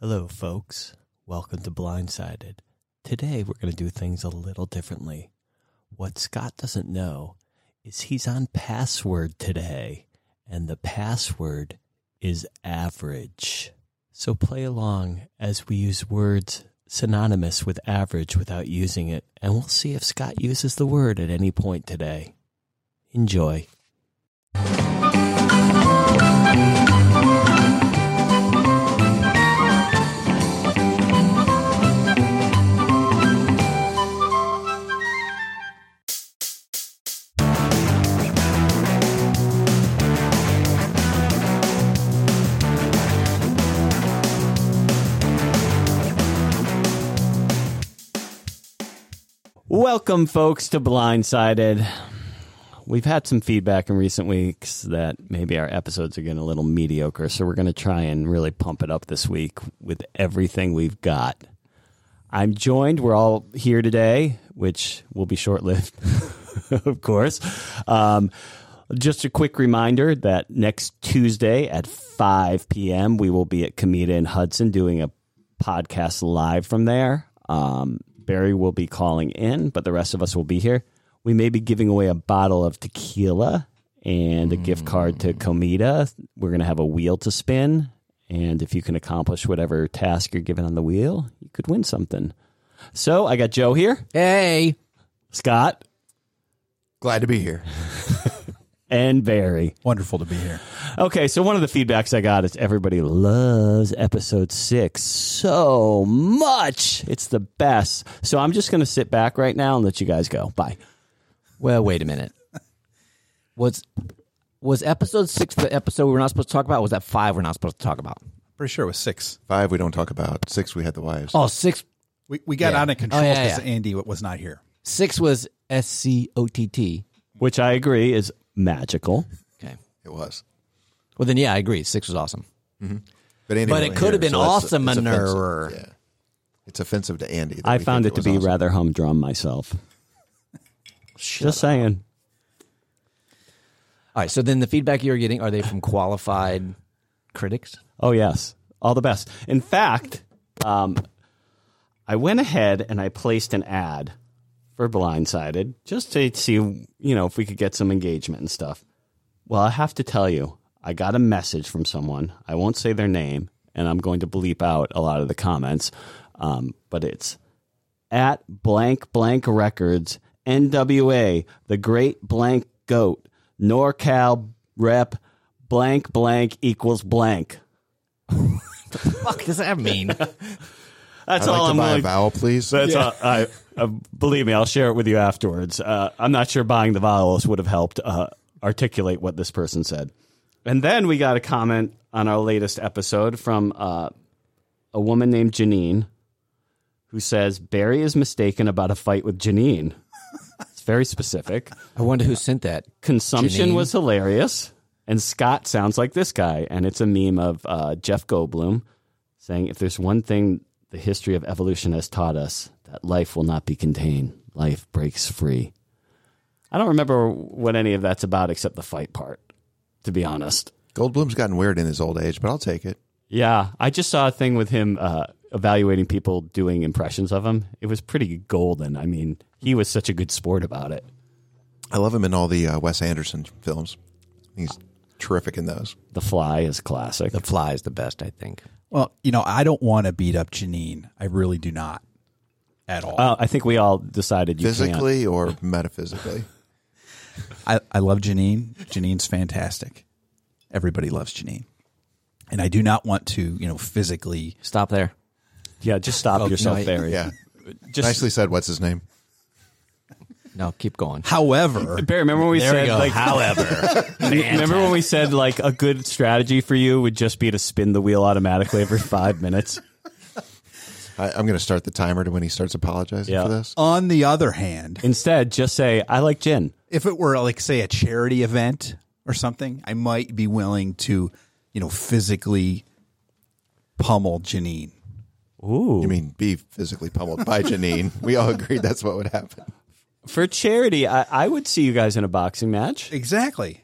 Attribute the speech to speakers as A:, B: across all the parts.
A: Hello, folks. Welcome to Blindsided. Today, we're going to do things a little differently. What Scott doesn't know is he's on password today, and the password is average. So play along as we use words synonymous with average without using it, and we'll see if Scott uses the word at any point today. Enjoy. Welcome, folks, to Blindsided. We've had some feedback in recent weeks that maybe our episodes are getting a little mediocre, so we're going to try and really pump it up this week with everything we've got. I'm joined, we're all here today, which will be short lived, of course. Um, just a quick reminder that next Tuesday at 5 p.m., we will be at Comida in Hudson doing a podcast live from there. Um, Barry will be calling in, but the rest of us will be here. We may be giving away a bottle of tequila and a gift card to Comida. We're going to have a wheel to spin. And if you can accomplish whatever task you're given on the wheel, you could win something. So I got Joe here,
B: Hey.
A: Scott,
C: Glad to be here.
A: and Barry.
B: Wonderful to be here.
A: Okay, so one of the feedbacks I got is everybody loves episode six so much. It's the best. So I'm just going to sit back right now and let you guys go. Bye.
B: Well, wait a minute. Was was episode six the episode we were not supposed to talk about? Or was that five we're not supposed to talk about?
D: Pretty sure it was six.
C: Five, we don't talk about. Six, we had the wives.
B: Oh, six.
D: We, we got out of control
B: Oh, yeah,
D: because
B: yeah.
D: Andy was not here.
B: Six was S C O T T.
A: Which I agree is magical.
B: Okay.
C: It was.
B: Well, then, yeah, I agree. Six was awesome.
C: But, Andy
B: But
C: wasn't
B: it could have been
C: that's-
B: awesome,
C: it's offensive.
B: manure.
C: Yeah. It's offensive to Andy. that
A: I
C: we
A: found
C: think
A: it to
C: was
A: be
C: awesome.
A: rather humdrum myself. just saying.
B: All right. So then the feedback you're getting, are they from qualified critics?
A: Oh, yes. All the best. In fact, um, I went ahead and I placed an ad for Blindsided just to see, you know, if we could get some engagement and stuff. Well, I have to tell you, I got a message from someone. I won't say their name, and I'm going to bleep out a lot of the comments, um, but it's at blank blank records nwa the great blank goat norcal rep blank blank equals blank
B: Fuck, does that mean?
A: that's
C: I'd like
A: all
C: to
A: i'm
C: buy
A: willing
C: a vowel, please.
A: that's all, I, uh, believe me i'll share it with you afterwards uh, i'm not sure buying the vowels would have helped uh, articulate what this person said and then we got a comment on our latest episode from uh, a woman named janine who says barry is mistaken about a fight with janine it's very specific
B: I wonder who sent that.
A: consumption
B: Janine.
A: was hilarious and scott sounds like this guy and it's a meme of uh, jeff goldblum saying if there's one thing the history of evolution has taught us that life will not be contained life breaks free i don't remember what any of that's about except the fight part to be honest
C: Goldblum's gotten weird in his old age, but I'll take it.
A: yeah i just saw a thing with him uh, evaluating people doing impressions of him it was pretty golden i mean he was such a good sport about it
C: I love him in all the uh, Wes Anderson films. He's terrific in those.
A: the fly is classic
B: The fly is the best, I think.
D: Well, you know, I don't want to beat up Janine. I really do not at all.
A: uh, i think we all decided you can't.
C: Physically or metaphysically?
D: I, I love Janine. Janine's fantastic. Everybody loves Janine. And I do not want to, you know, physically.
B: Stop there.
A: Yeah, just stop
B: Oh,
A: yourself,
B: no, I-
A: Barry.
C: Yeah.
A: Just
C: Nicely said. What's his name?
B: No, keep going.
D: However,
A: Barry, remember when we
B: There we
A: said
B: go.
A: like
B: However,
A: remember when we said like a good strategy for you would just be to spin the wheel automatically every 5 minutes?
C: I, I'm going to start the timer to when he starts apologizing
A: Yeah.
C: for this.
D: on the other hand,
A: Instead, just say I like gin.
D: if it were like say a charity event or something, I might be willing to, you know, physically pummel Janine.
A: Ooh.
C: You mean be physically pummeled by Janine? We all agreed that's what would happen.
A: For charity, I, I would see you guys in a boxing match.
D: Exactly.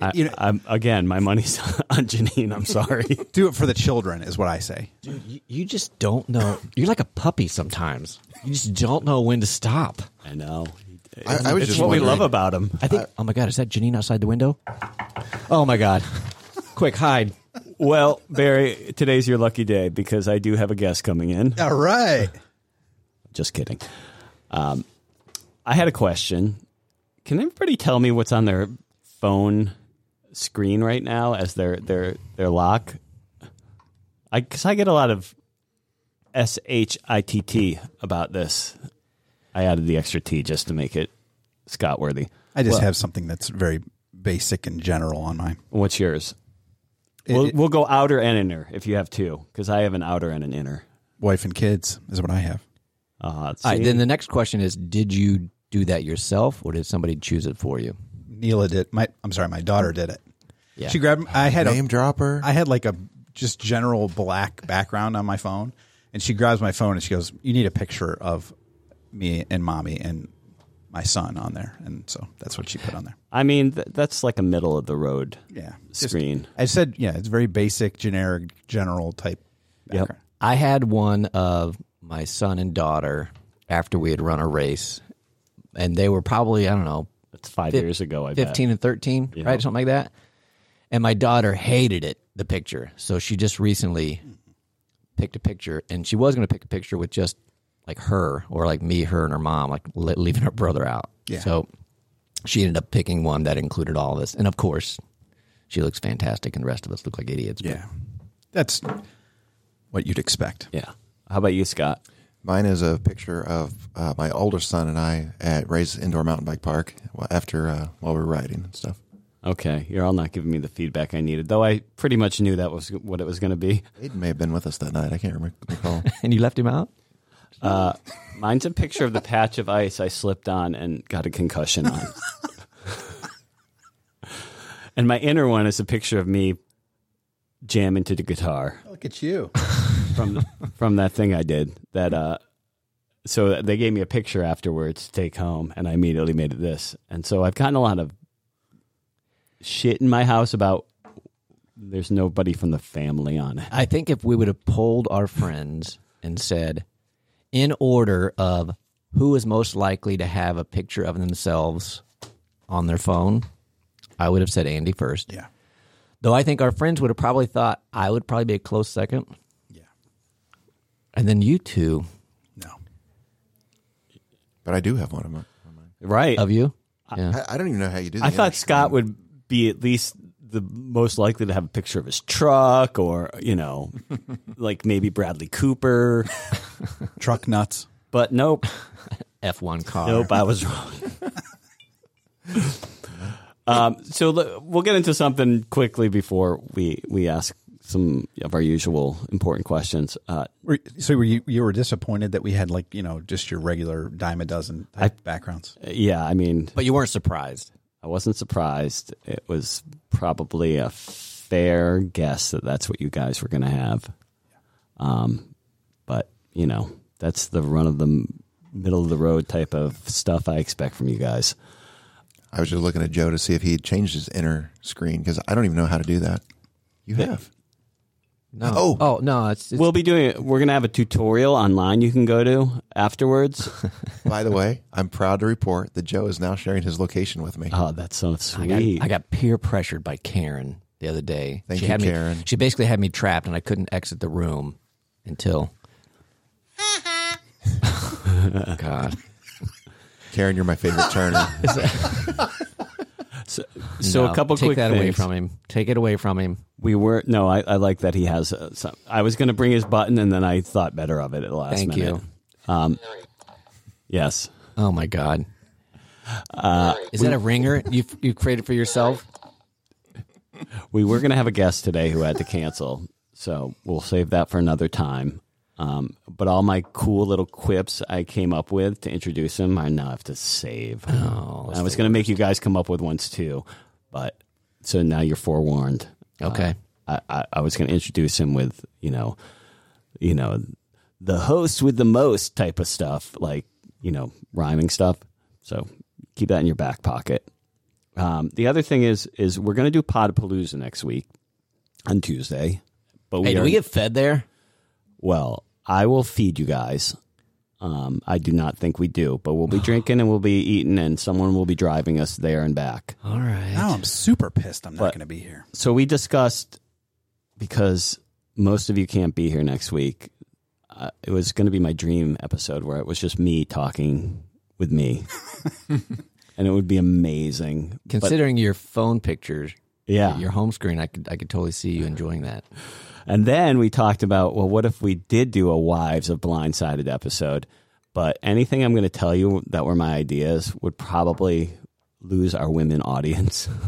A: I,
D: You know-
A: I'm, again, my money's on Janine. I'm sorry.
D: Do it for the children, is what I say.
B: Dude, you, you just don't know. You're like a puppy sometimes. You just don't know when to stop.
A: I know.
C: I- I was
A: it's
C: just
A: what we
C: wondering-
A: love about him.
B: I think. oh my god, is that Janine outside the window? Oh my god! Quick, hide.
A: Well, Barry, today's your lucky day because I do have a guest coming in.
D: All right.
A: Just kidding. Um, I had a question. Can everybody tell me what's on their phone screen right now as their their their lock? I because I get a lot of S H I T T about this. I added the extra T just to make it Scott worthy.
D: I just have something that's very basic and general on mine.
A: What's yours? we'll
D: it-
A: we'll go outer and inner if you have two because I have an outer and an inner.
D: Wife and kids is what I have.
A: Uh,
B: All right. Then the next question is: Did you do that yourself, or did somebody choose it for you?
D: Neela did. My, I'm sorry, my daughter did it.
B: Yeah.
D: She grabbed. I had a
C: Name dropper.
D: I had like a just general black background on my phone, and she grabs my phone and she goes, "You need a picture of me and mommy and my son on there," and so that's what she put on there.
A: I mean, th- that's like a middle of the road
D: Yeah, Just-
A: screen.
D: I said, yeah, it's very basic, generic, general type. Background.
B: I had one of my son and daughter after we had run a race, and they were probably I don't know
A: That's five
B: fif-
A: years ago. I bet.
B: 15 and 13, right? Something like that. And my daughter hated it, the picture. So she just recently picked a picture and she was going to pick a picture with just like her or like me, her, and her mom, like le- leaving her brother out.
D: Yeah.
B: So she ended up picking one that included all of us. And of course, she looks fantastic and the rest of us look like idiots. but-
D: Yeah, that's what you'd expect.
A: Yeah. How about you, Scott?
C: Mine is a picture of uh, my older son and I at Ray's Indoor Mountain Bike Park wh- after uh, while we were riding and stuff.
A: Okay, you're all not giving me the feedback I needed, though. I pretty much knew that was what it was going to be.
C: Aiden may have been with us that night. I can't remember. Recall.
B: And you left him out?
A: Uh, Mine's a picture of the patch of ice I slipped on and got a concussion on. and my inner one is a picture of me jamming to the guitar.
D: Look at you.
A: from from that thing I did. That uh, so they gave me a picture afterwards to take home, and I immediately made it this. And so I've gotten a lot of shit in my house about there's nobody from the family on it.
B: I think if we would have polled our friends and said, in order of who is most likely to have a picture of themselves on their phone, I would have said Andy first.
D: Yeah,
B: Though I think our friends would have probably thought I would probably be a close second.
D: yeah.
B: And then you two
D: No,
C: but I do have one of mine.
A: Right?
B: of you.
C: I, I don't even know how you do. The
A: I thought
C: inner
A: Scott
C: screen.
A: would be at least the most likely to have a picture of his truck, or you know, like maybe Bradley Cooper.
D: truck nuts.
A: But nope,
B: F one car.
A: Nope, I was wrong. um, so l- we'll get into something quickly before we we ask some of our usual important questions. Uh,
D: Were, so were you you were disappointed that we had like you know just your regular dime a dozen type backgrounds?
A: yeah, I mean,
B: But you weren't surprised.
A: I wasn't surprised. It was probably a fair guess that that's what you guys were going to have. Um, but you know, that's the run of the m- middle of the road type of stuff I expect from you guys.
C: I was just looking at Joe to see if he had changed his inner screen because I don't even know how to do that. You have.
B: No.
C: Oh.
B: Oh no, it's, it's
A: We'll be doing it. We're going to have a tutorial online you can go to afterwards.
C: By the way, I'm proud to report that Joe is now sharing his location with me.
A: Oh, that's so
B: I
A: sweet.
B: got, I got peer pressured by Karen the other day.
C: Thank
B: she
C: you,
B: had me,
C: Karen.
B: She basically had me trapped, and I couldn't exit the room until. God,
C: Karen, you're my favorite turner.
A: so, so
B: No,
A: a couple
B: take
A: quick
B: that
A: things.
B: away from him. Take it away from him.
A: We were no, I, I like that he has. Uh, some, I was going to bring his button, and then I thought better of it at the last
B: Thank
A: minute. Um,
B: you.
A: Yes,
B: Oh my God.
A: Uh,
B: Is that a ringer you you created for yourself?
A: we were going to have a guest today who had to cancel, so we'll save that for another time. Um, but all my cool little quips I came up with to introduce him, I now have to save.
B: Oh,
A: I was going to make you guys come up with ones too, but so now you're forewarned. Uh,
B: okay.
A: I, I, I was going to introduce him with you know, you know, the host with the most type of stuff, like you know, rhyming stuff. So keep that in your back pocket. Um, the other thing is is we're going to do Podpalooza next week on Tuesday. But
B: Hey, do
A: are-
B: we get fed there?
A: well, I will feed you guys. Um, I do not think we do, but we'll be drinking and we'll be eating, and someone will be driving us there and back.
B: All right.
D: Now I'm super pissed. I'm not
A: What?
D: going to be here.
A: So we discussed because most of you can't be here next week. Uh, it was going to be my dream episode where it was just me talking with me, and it would be amazing. But-
B: Considering your phone pictures,
A: yeah,
B: your home screen, I could I could totally see you enjoying that.
A: And then we talked about, well, what if we did do a Wives of Blindsided episode? But anything I'm going to tell you that were my ideas would probably lose our women audience.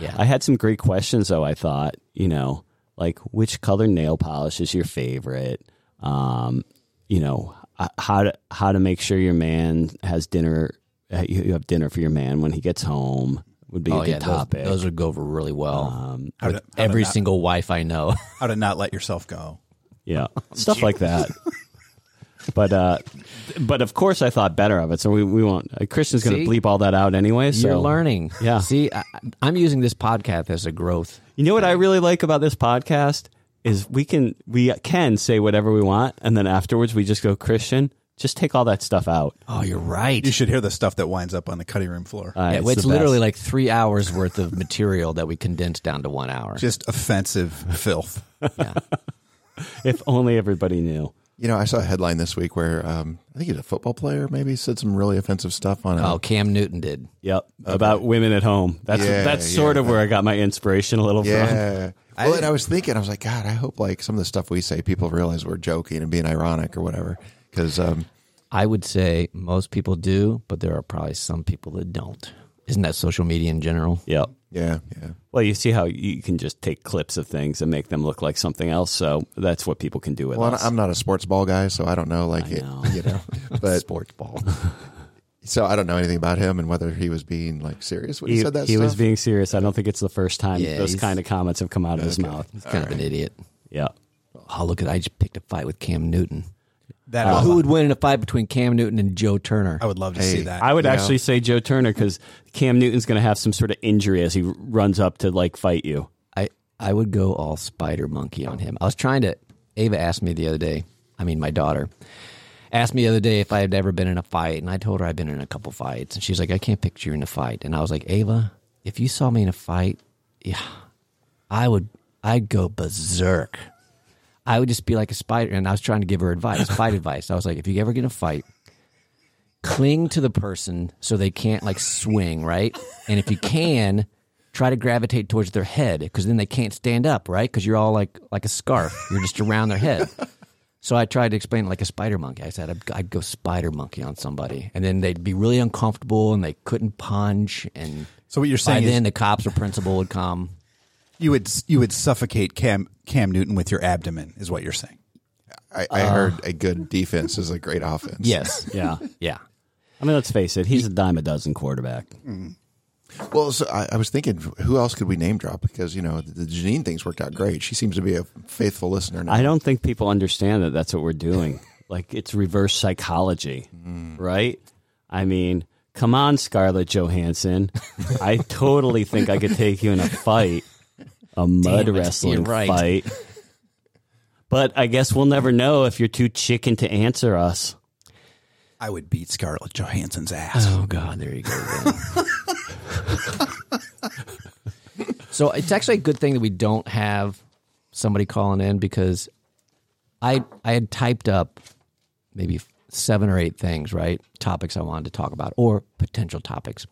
B: Yeah.
A: I had some great questions, though, I thought, you know, like which color nail polish is your favorite? Um, you know, h- how to, how to make sure your man has dinner, uh, you you have dinner for your man when he gets home would be a
B: oh
A: good
B: yeah, those,
A: topic. Um,
B: those would go over really well.
D: How to, how,
B: Every
D: to not,
B: single wife I know.
D: how to not let yourself go.
A: Yeah, stuff like that. But uh, but of course, I thought better of it. So we we won't. Uh, Christian's going to
B: See?
A: bleep all that out anyway. So
B: You're learning.
A: Yeah.
B: See, I, I'm using this podcast as a growth.
A: You know what I really like about this podcast is we can we can say whatever we want, and then afterwards we just go Christian. Just take all that stuff out.
B: Oh, you're right.
D: You should hear the stuff that winds up on the cutting room floor.
A: Uh,
B: Yeah, it's,
A: the best.
B: literally like three hours worth of material that we condensed down to one hour.
D: Just offensive filth.
A: if only everybody knew.
C: You know, I saw a headline this week where um, I think he's a football player. Maybe said some really offensive stuff on a
B: oh, Cam Newton did.
A: Yep, about women at home. That's
C: Yeah,
A: that's sort
C: yeah.
A: of where I got my inspiration a little from.
C: Yeah. Well, and I was thinking, I was like, God, I hope like some of the stuff we say, people realize we're joking and being ironic or whatever. Because um,
B: I would say most people do, but there are probably some people that don't. Isn't that social media in general?
A: Yep.
C: yeah, yeah,
A: Well, you see how you can just take clips of things and make them look like something else. So that's what people can do with
C: Well,
A: us.
C: I'm not a sports ball guy, so I don't know. Like, it-
A: know.
C: you know, but
B: Sports ball.
C: so I don't know anything about him and whether he was being like serious when he, said that. stuff.
A: was being serious. I don't think it's the first time
B: Yeah,
A: those
B: he's-
A: kind of comments have come out of his mouth.
B: He's kind of an idiot.
A: Yeah.
B: Oh, look at I just picked a fight with Cam Newton. Uh,
D: That
B: Well,
D: I,
B: Oh, who
D: would,
B: would win in a fight between Cam Newton and Joe Turner?
D: I would love to
C: Hey,
D: see that.
A: I would
C: Yeah.
A: actually say Joe Turner because Cam Newton's going to have some sort of injury as he runs up to like fight you.
B: I I would go all spider monkey on him. I was trying to. Ava asked me the other day. I mean, my daughter asked me the other day if I had ever been in a fight, and I told her I've been in a couple fights, and she's like, "I can't picture you in a fight." And I was like, "Ava, if you saw me in a fight, yeah, I would. I'd go berserk. I would just be like a spider." And I was trying to give her advice, fight advice. I was like, "If you ever get in a fight." Cling to the person so they can't like swing, right? And if you can, try to gravitate towards their head because then they can't stand up, right? Because you're all like like a scarf. You're just around their head. So I tried to explain it like a spider monkey. I said I'd, I'd go spider monkey on somebody, and then they'd be really uncomfortable and they couldn't punch. And
D: So what you're
B: by
D: saying is
B: then the cops or principal would come.
D: you would you would suffocate Cam Cam Newton with your abdomen is what you're saying.
C: I, I heard a good defense is a great offense.
B: Yes.
A: uh, Yeah.
B: Yeah.
A: I mean, let's face it, he's a dime a dozen quarterback.
C: Well, so I, I was thinking, who else could we name drop? Because you know, the, the Janine thing's worked out great. She seems to be a faithful listener. Now.
A: I don't think people understand that that's what we're doing. like it's reverse psychology,
B: Mm.
A: right? I mean, come on, Scarlett Johansson. I totally think I could take you in a fight, a mud
B: you're
A: wrestling
B: right.
A: fight. But I guess we'll never know if you're too chicken to answer us.
D: I would beat Scarlett Johansson's ass.
B: Oh God, there you go. again. so it's actually a good thing that we don't have somebody calling in because I I had typed up maybe seven or eight things, right? Topics I wanted to talk about or potential topics.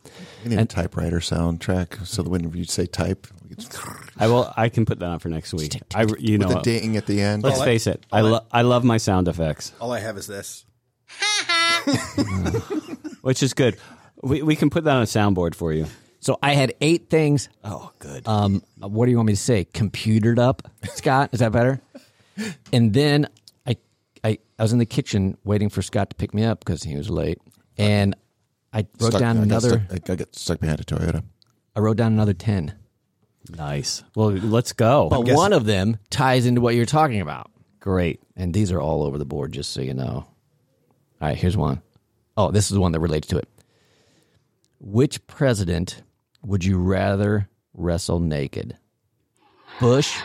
C: We need a typewriter soundtrack. So that when you say type, we could-
A: I will. I can put that on for next week. I, you know,
C: with a ding at the end.
A: let's
D: I-
A: face it. I, lo- I love my sound effects.
D: All I have is this.
A: which is good. We, we can put that on a soundboard for you.
B: So I had eight things.
A: Oh, good.
B: Um, what do you want me to say? Computered up, Scott? Is that better? And then I, I, I was in the kitchen waiting for Scott to pick me up because he was late, and I wrote
C: Stuck-
B: down
C: I got
B: another.
C: stuck- I got stuck behind a Toyota.
B: I wrote down another 10.
A: nice. Well, let's go.
B: But one of them ties into what you're talking about.
A: Great.
B: And these are all over the board, just so you know. All right, here's one. Oh, this is the one that relates to it. Which president Would you rather wrestle naked? Bush?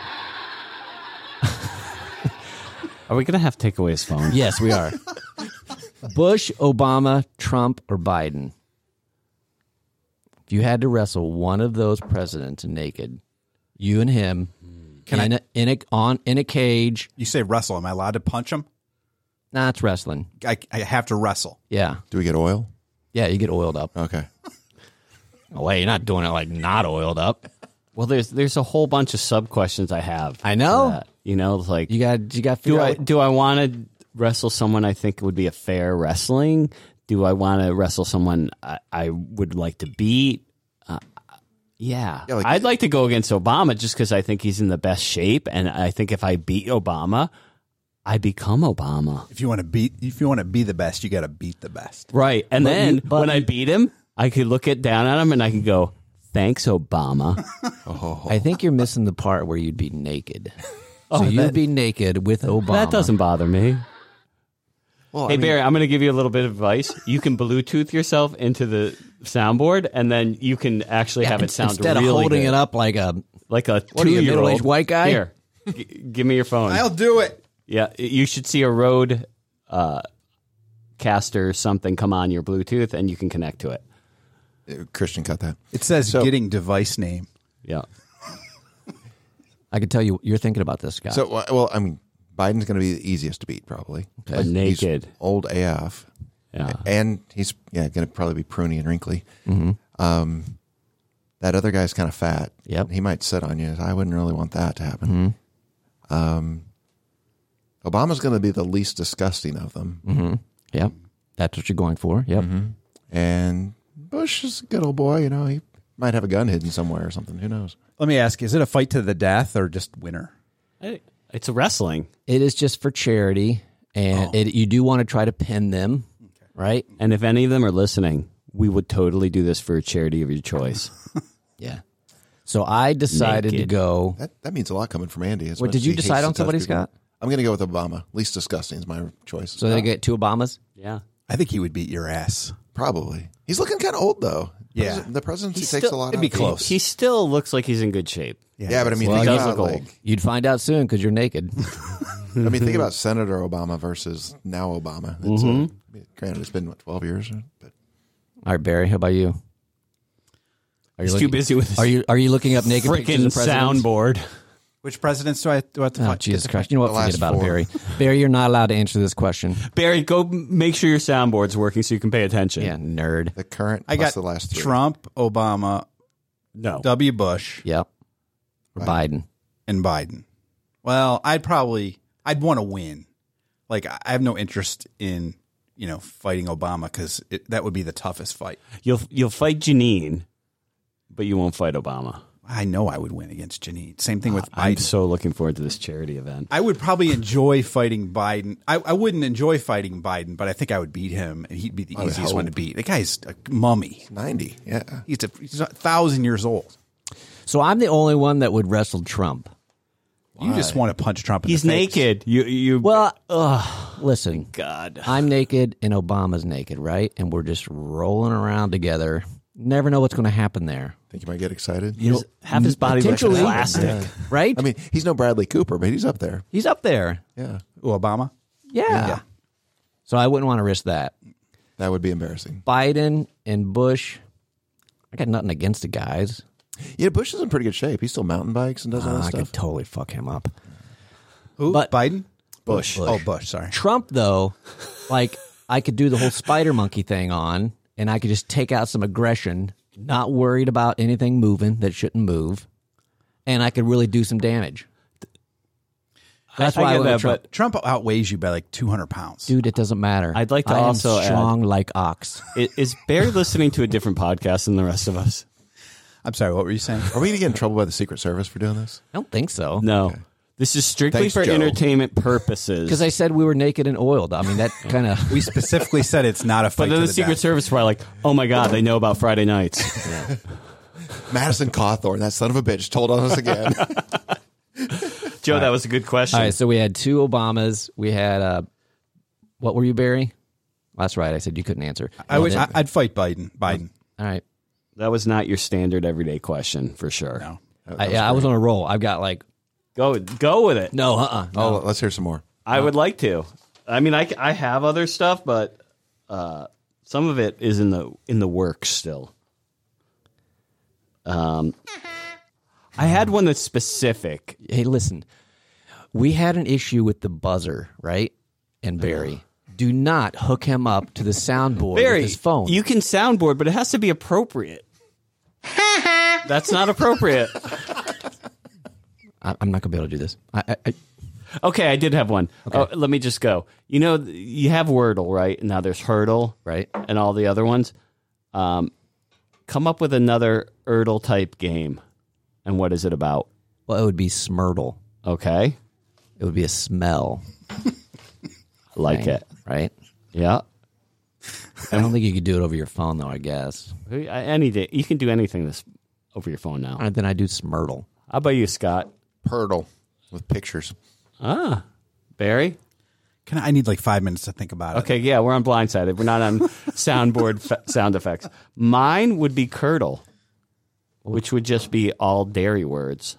A: Are we going to have to take away his phone?
B: Yes, we are. Bush, Obama, Trump, or Biden? If you had to wrestle one of those presidents naked, you and him, in, a, in, a, on, in a cage,
D: You say wrestle. Am I allowed to punch him?
B: nah, it's wrestling.
D: I, I have to wrestle.
B: Yeah.
C: Do we get oil?
B: Yeah, you get oiled up.
C: Okay.
B: Oh, wait, you're not doing it like not oiled up.
A: Well, there's there's a whole bunch of sub questions I have.
B: I know.
A: for that. You know, it's like
B: You got you got to
A: do
B: figure
A: I
B: out.
A: do I want to wrestle someone I think would be a fair wrestling? Do I want to wrestle someone I, I would like to beat? Uh, yeah,
C: Yeah, like-
A: I'd like to go against Obama just because I think he's in the best shape, and I think if I beat Obama, I become Obama.
D: If you want to beat, if you want to be the best, you got to beat the best.
A: Right, and
B: But
A: then
B: you- but
A: when I
B: you-
A: beat him, I could look it down at him and I could go, "Thanks, Obama."
B: I think you're missing the part where you'd be naked. so you'd be naked with Obama.
A: Oh, that doesn't bother me.
C: Well,
A: Hey
C: I mean,
A: Barry, I'm going to give you a little bit of advice. You can Bluetooth yourself into the soundboard, and then you can actually have it sound
B: instead
A: really
B: of holding
A: good.
B: it up like a
A: like a
B: are
A: two
B: you, a
A: year old
B: middle-aged white guy?
A: Here, g- give me your phone.
D: I'll do it.
A: yeah, you should see a Rode uh, caster or something come on your Bluetooth, and you can connect to it.
C: Christian cut that.
D: It says getting device name.
A: Yeah,
B: I can tell you you're thinking about this guy.
C: So, uh, well, I mean, Biden's going to be the easiest to beat, probably.
A: but
C: He's
A: naked.
C: old AF.
A: Yeah.
C: And he's yeah going to probably be pruny and wrinkly.
B: Mm-hmm.
C: Um, that other guy's kind of fat.
B: Yep.
C: He might sit on you. I wouldn't really want that to happen.
B: Mm-hmm.
C: Um, Obama's going to be the least disgusting of them.
B: yep. That's what you're going for. Yep. Mm-hmm.
C: And Bush is a good old boy. You know, he might have a gun hidden somewhere or something. Who knows?
D: Let me ask: Is it a fight to the death or just winner?
A: I- It's wrestling,
B: It is just for charity and it, you do want to try to pin them, right?
A: and if any of them are listening, we would totally do this for a charity of your choice.
B: Yeah. So I decided
A: Naked.
B: to go
C: That that means a lot coming from Andy. as
B: What
C: much
B: did
C: as
B: you
C: he hates
B: decide
C: to
B: on
C: touch
B: somebody,
C: people.
B: Scott?
C: I'm going to go with Obama. Least disgusting is my choice.
B: So they get two Obamas?
A: yeah,
D: I think he would beat your ass.
C: Probably. He's looking kind of old though.
D: Yeah.
C: Presi- the presidency
A: He's
C: takes
A: still-
C: a lot.
D: it'd be
C: out of
D: close.
A: he still looks like he's in good shape.
C: you. Yeah, but I mean,
A: Well,
C: think
A: he does
C: about,
A: look old.
C: like,
B: You'd find out soon because you're naked.
C: I mean, think about Senator Obama versus now Obama. It's uh, granted, it's been what twelve years, but
B: All right, Barry, how about you? Are you
A: He's
B: looking-
A: too busy with his
B: Are you are you looking up naked pictures
A: freaking
B: of presidents?
A: soundboard.
D: Which presidents do I do I have to
B: Oh
D: fight?
B: Jesus Christ! You know what?
C: The
B: Forget
C: last
B: about it,
C: four.
B: Barry. Barry, you're not allowed to answer this question.
A: Barry, go m- make sure your soundboard's working so you can pay attention.
B: Yeah, nerd.
C: the current
D: I
C: plus
D: got
C: the last three.
D: Trump, Obama,
A: No.
D: W. Bush,
B: Yep. Or Biden.
D: and Biden. Well, I'd probably I'd want to win. Like I I have no interest in you know fighting Obama because that would be the toughest fight.
A: You'll you'll fight Janine, but you won't fight Obama.
D: I know I would win against Janine. Same thing with
A: I'm
D: Biden.
A: so looking forward to this charity event.
D: I would probably enjoy fighting Biden. I, I wouldn't enjoy fighting Biden, but I think I would beat him, and he'd be the easiest one to beat. The guy's a mummy.
C: Ninety. Yeah.
D: He's a, he's a thousand years old.
B: So I'm the only one that would wrestle Trump.
D: You just want to punch Trump. In
A: He's
D: the face.
A: naked. You you
B: Well, listen,
A: God.
B: I'm naked and Obama's naked, right? And we're just rolling around together. Never know what's going to happen there,
C: Think you might get excited.
A: You know, half his body looks
B: potentially-
A: plastic.
B: right?
C: I mean, he's no Bradley Cooper, but he's up there.
B: he's up there.
C: Yeah,
D: Ooh, Obama.
B: Yeah. So I wouldn't want to risk that.
C: that would be embarrassing.
B: Biden and Bush. I got nothing against the guys.
C: Yeah, Bush is in pretty good shape. He still mountain bikes and does all that
B: Ah, I
C: stuff.
B: could totally fuck him up.
D: Who?
B: But-
D: Biden.
B: Bush.
D: Oh, Bush. Sorry.
B: Trump, though, like I could do the whole spider monkey thing on, and I could just take out some aggression, not worried about anything moving that shouldn't move, and I could really do some damage. That's
A: I- I
B: why I,
A: get
B: went with
A: that,
B: Trump.
A: but-
D: Trump outweighs you by like two hundred pounds.
B: Dude, it doesn't matter.
A: I'd like to
B: I am
A: also add-
B: strong like ox.
A: I- Is Barry listening to a different podcast than the rest of us?
D: I'm sorry. What were you saying?
C: Are we gonna get in trouble by the Secret Service for doing this?
B: I don't think so.
A: No. This is strictly
C: Thanks,
A: for
C: Joe.
A: entertainment purposes.
B: Because I said we were naked and oiled. I mean, that kind of.
D: we specifically said it's not a fight.
A: but then
D: to
A: the
D: the
A: Secret
D: death.
A: Service were like, "Oh my God, they know about Friday nights."
C: Madison Cawthorn, that son of a bitch, told on us again.
A: Joe, that was a good question.
B: All right, so we had two Obamas. We had, uh, what were you, Barry? That's right. I said you couldn't answer.
D: I would. I, I'd fight Biden. Biden.
B: All right.
A: That was not your standard everyday question for sure.
D: No.
B: I, yeah, I Oh, was on a roll. I've got like
A: Go go with it.
B: no, uh, uh
C: Oh, let's hear some more.
A: I would like to. I mean, I, c- I have other stuff, but uh, some of it is in the in the works still. Um, I had one that's specific.
B: Hey, listen, we had an issue with the buzzer, right? And Barry, do not hook him up to the soundboard
A: Barry,
B: with his phone.
A: you can soundboard, but it has to be appropriate. that's not appropriate.
B: I, I'm not gonna be able to do this. I, I, I,
A: Okay, I did have one. Oh, let me just go. You know, th- you have Wordle, right? Now there's Hurdle,
B: Right.
A: and all the other ones. Um, come up with another Erdle type game, and what is it about?
B: well, it would be Smurtle.
A: Okay,
B: It would be a smell,
A: I like it.
B: right?
A: Yeah,
B: I don't think you could do it over your phone, though. I guess.
A: Who- I- any day you can do anything this over your phone now.
B: All right, then I do Smurtle.
A: How about you, Scott?
C: Purtle with pictures.
A: Ah, Barry.
D: Can I, I need like five minutes to think about it.
A: Okay, yeah, we're on blindsided. We're not on soundboard fe- sound effects. Mine would be curdle, which would just be all dairy words.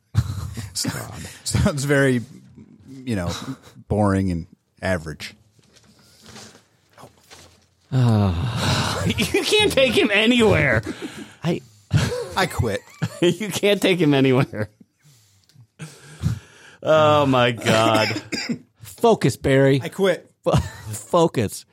D: Sounds very, you know, boring and average.
A: you can't take him anywhere.
B: I
D: I quit.
A: you can't take him anywhere. Oh my god.
B: focus, Barry.
D: I quit.
B: focus.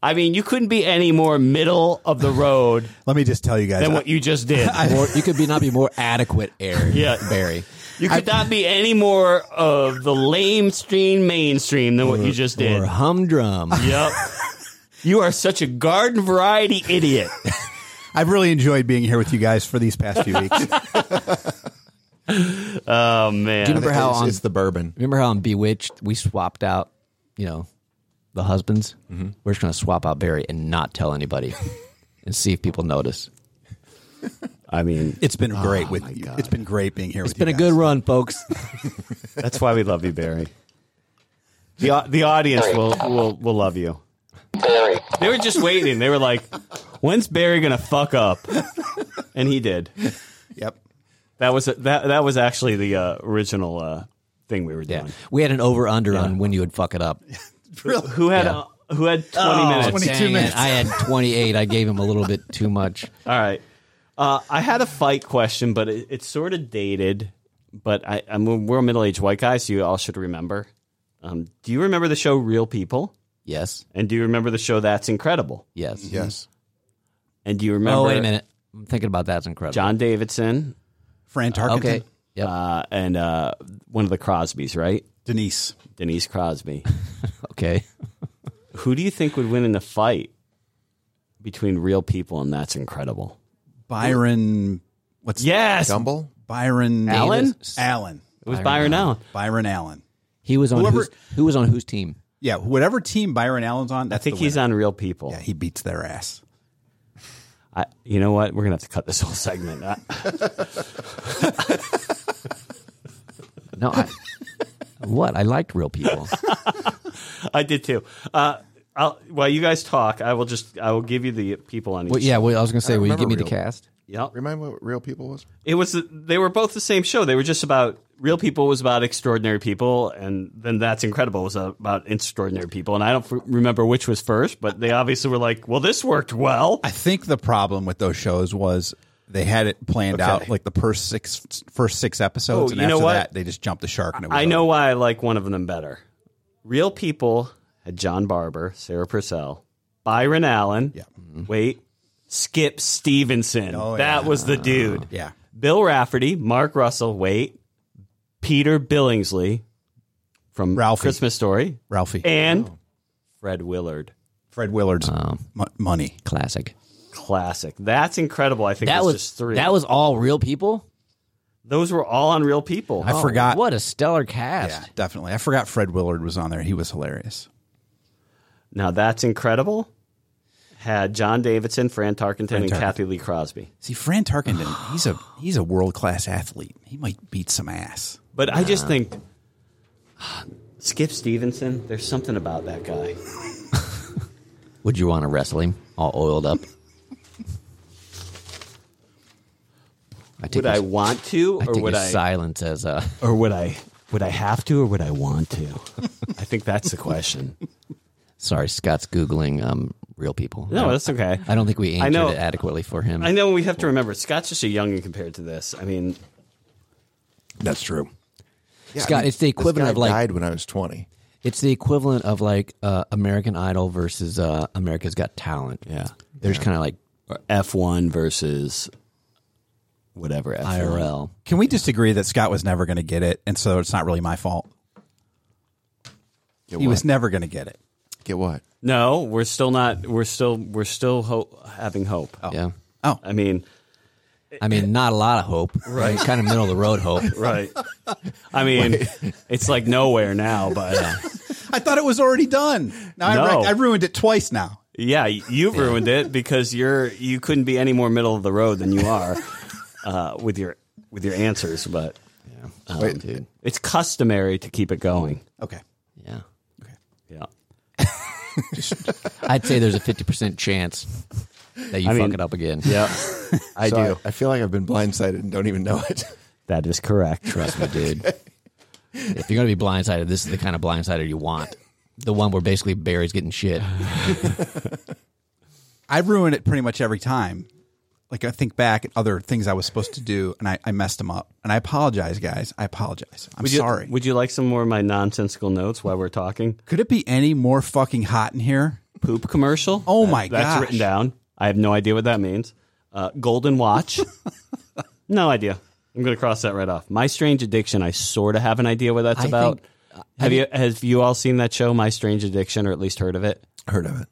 A: I mean, you couldn't be any more middle of the road
D: Let me just tell you guys.
A: than what you just did.
B: More, you could be not be more adequate, Aaron.
A: Yeah.
B: Barry.
A: You could not be any more of the lamestream mainstream than what you just did.
B: Or humdrum.
A: Yep. You are such a garden variety idiot.
D: I've really enjoyed being here with you guys for these past few weeks.
A: Oh
B: Do you
A: man.
B: remember how
C: it's,
B: on
C: it's the bourbon.
B: remember how on Bewitched we swapped out, you know, the husbands? Mm-hmm. We're just gonna swap out Barry and not tell anybody, and see if people notice.
A: I mean,
D: It's been great with you. It's been great being here
B: It's
D: with you.
B: been a good run, folks.
A: that's why we love you, Barry. The au- the audience will will will love you.
E: Barry,
A: They were just waiting. They were like, "When's Barry gonna fuck up?" And he did.
D: good. Yep.
A: That was that that was actually the uh, original uh, thing we were
B: yeah,
A: doing.
B: we had an over under on when you would fuck it up.
D: Really?
A: Who had
B: Yeah. Oh.
A: uh, who had twenty minutes?
D: 22
B: Dang it.
D: minutes.
B: I had twenty eight. I gave him a little bit too much.
A: All right. Uh, I had a fight question, but it, it's sort of dated. But I, I'm we're middle aged white guys, so you all should remember. Um, do you remember the show Real People?
B: Yes,
A: And do you remember the show That's Incredible?
B: yes,
C: Yes.
A: And do you remember
B: Oh wait a minute, I'm thinking about that. It's incredible.
A: John Davidson
D: Fran Tarkenton.
B: okay, yep.
A: uh, and uh, one of the Crosbys, right?
D: Denise.
A: Denise Crosby.
B: okay.
A: Who do you think would win in the fight between Real People and That's Incredible?
D: Byron. What's
A: Yes,
B: Mm-hmm.
A: it
C: Gumble?
D: Byron
A: Allen?
D: Allen.
A: was Byron Allen.
D: Byron Allen.
B: He was on
D: Whoever-
B: whose, who was on whose team?
D: Yeah, whatever team Byron Allen's on,
A: I
D: that's
A: think
D: the
A: he's
D: winner.
A: on Real People.
D: Yeah, he beats their ass.
A: I, you know what? We're gonna have to cut this whole segment. I-
B: No, I, what I liked real people.
A: I did too. Uh, I'll, while you guys talk, I will just I will give you the people on each.
B: Well, yeah, well, I was gonna say, will you
C: remember
B: give me the
C: real.
B: cast?
A: Yep.
C: Remind me what real people was?
A: It was they were both the same show. They were just about real people was about extraordinary people, and then that's incredible was about extraordinary people. And I don't f- remember which was first, but they obviously were like, well, this worked well.
D: I think the problem with those shows was they had it planned out like the first six first six
A: Oh,
D: episodes, and
A: you know
D: after
A: what?
D: that they just jumped the shark. And it was
A: I know
D: over.
A: why I like one of them better. Real people had John Barber, Sarah Purcell, Byron Allen.
D: Yeah.
A: Wait, Skip Stevenson.
D: Oh,
A: that
D: yeah.
A: was the dude.
D: Yeah,
A: Bill Rafferty, Mark Russell, wait, Peter Billingsley from
D: Ralphie. Oh.
A: Christmas Story,
D: Ralphie,
A: and Fred Willard.
D: Fred Willard's
A: Um,
D: mo- money.
B: Classic.
A: Classic. That's incredible. I think
B: That
A: it's
B: was
A: just three.
B: That was all real people. Oh,
A: Those were all on real people.
D: I forgot.
B: What a stellar cast.
D: Yeah, definitely. I forgot Fred Willard was on there. He was hilarious.
A: Now that's incredible. Had John Davidson, Fran Tarkenton, and Kathy Lee Crosby.
D: See, Fran Tarkenton, he's a he's a world class athlete. He might beat some ass.
A: But I just think ah, Skip Stevenson, there's something about that guy.
B: Would you want to wrestle him all oiled up?
A: Would I want to,
B: I
A: or
B: think
A: would
B: your
A: I,
B: silence as uh, a
A: or would I, would I have to, or would I want to? I think that's the question.
B: sorry. Scott's googling um, real people. I
A: No,
B: don't-
A: that's okay.
B: I don't think we
A: I
B: answered
A: know-
B: it adequately for him.
A: I know we have to remember Scott's just a youngin compared to this. I mean,
C: That's true. Yeah,
B: Scott, it's the
C: this
B: equivalent
C: guy
B: of, like-
C: died when I was twenty.
B: It's the equivalent of like uh, American Idol versus uh, America's Got Talent.
A: yeah,
B: There's kind of like
A: F one versus whatever F1.
B: IRL.
D: Can we just agree that Scott was never going to get it, and so it's not really my fault?
C: Get
D: He
C: what?
D: was never going to get it.
C: Get what?
A: No, we're still not. We're still. We're still ho- having hope.
B: Yeah.
D: Oh,
A: I mean, Oh.
B: I mean, not a lot of hope. Right. kind of middle of the road hope.
A: right. I mean, it's like nowhere now, but uh,
D: I thought it was already done. Now
A: No.
D: I, wrecked- I ruined it twice. Now
A: yeah, you've ruined it because you're you couldn't be any more middle of the road than you are uh, with your with your answers. But
B: Um,
C: Wait.
B: dude.
A: it's customary to keep it going.
D: okay.
B: Yeah.
A: Yeah.
B: I'd say there's a 50% chance that you
A: I
B: fuck
A: mean-
B: it up again.
A: Yeah.
C: I do. I, feel like I've been blindsided and don't even know it.
A: That is correct.
B: Trust me, dude. If you're going to be blindsided, this is the kind of blindsider you want. The one where basically Barry's getting shit.
D: I ruin it pretty much every time. Like I think back at other things I was supposed to do, and I, I messed them up. And I apologize, guys. I apologize. I'm
A: Would you,
D: sorry.
A: Would you like some more of my nonsensical notes while we're talking?
D: Could it be any more fucking hot in here?
A: Poop commercial.
D: Oh my god,
A: That's written down. I have no idea what that means. Uh, golden watch. no idea. I'm going to cross that right off. My strange addiction. I sort of have an idea what that's
B: I
A: about.
B: think-
A: have you have you all seen that show, My Strange Addiction, or at least heard of it?
C: Heard of it?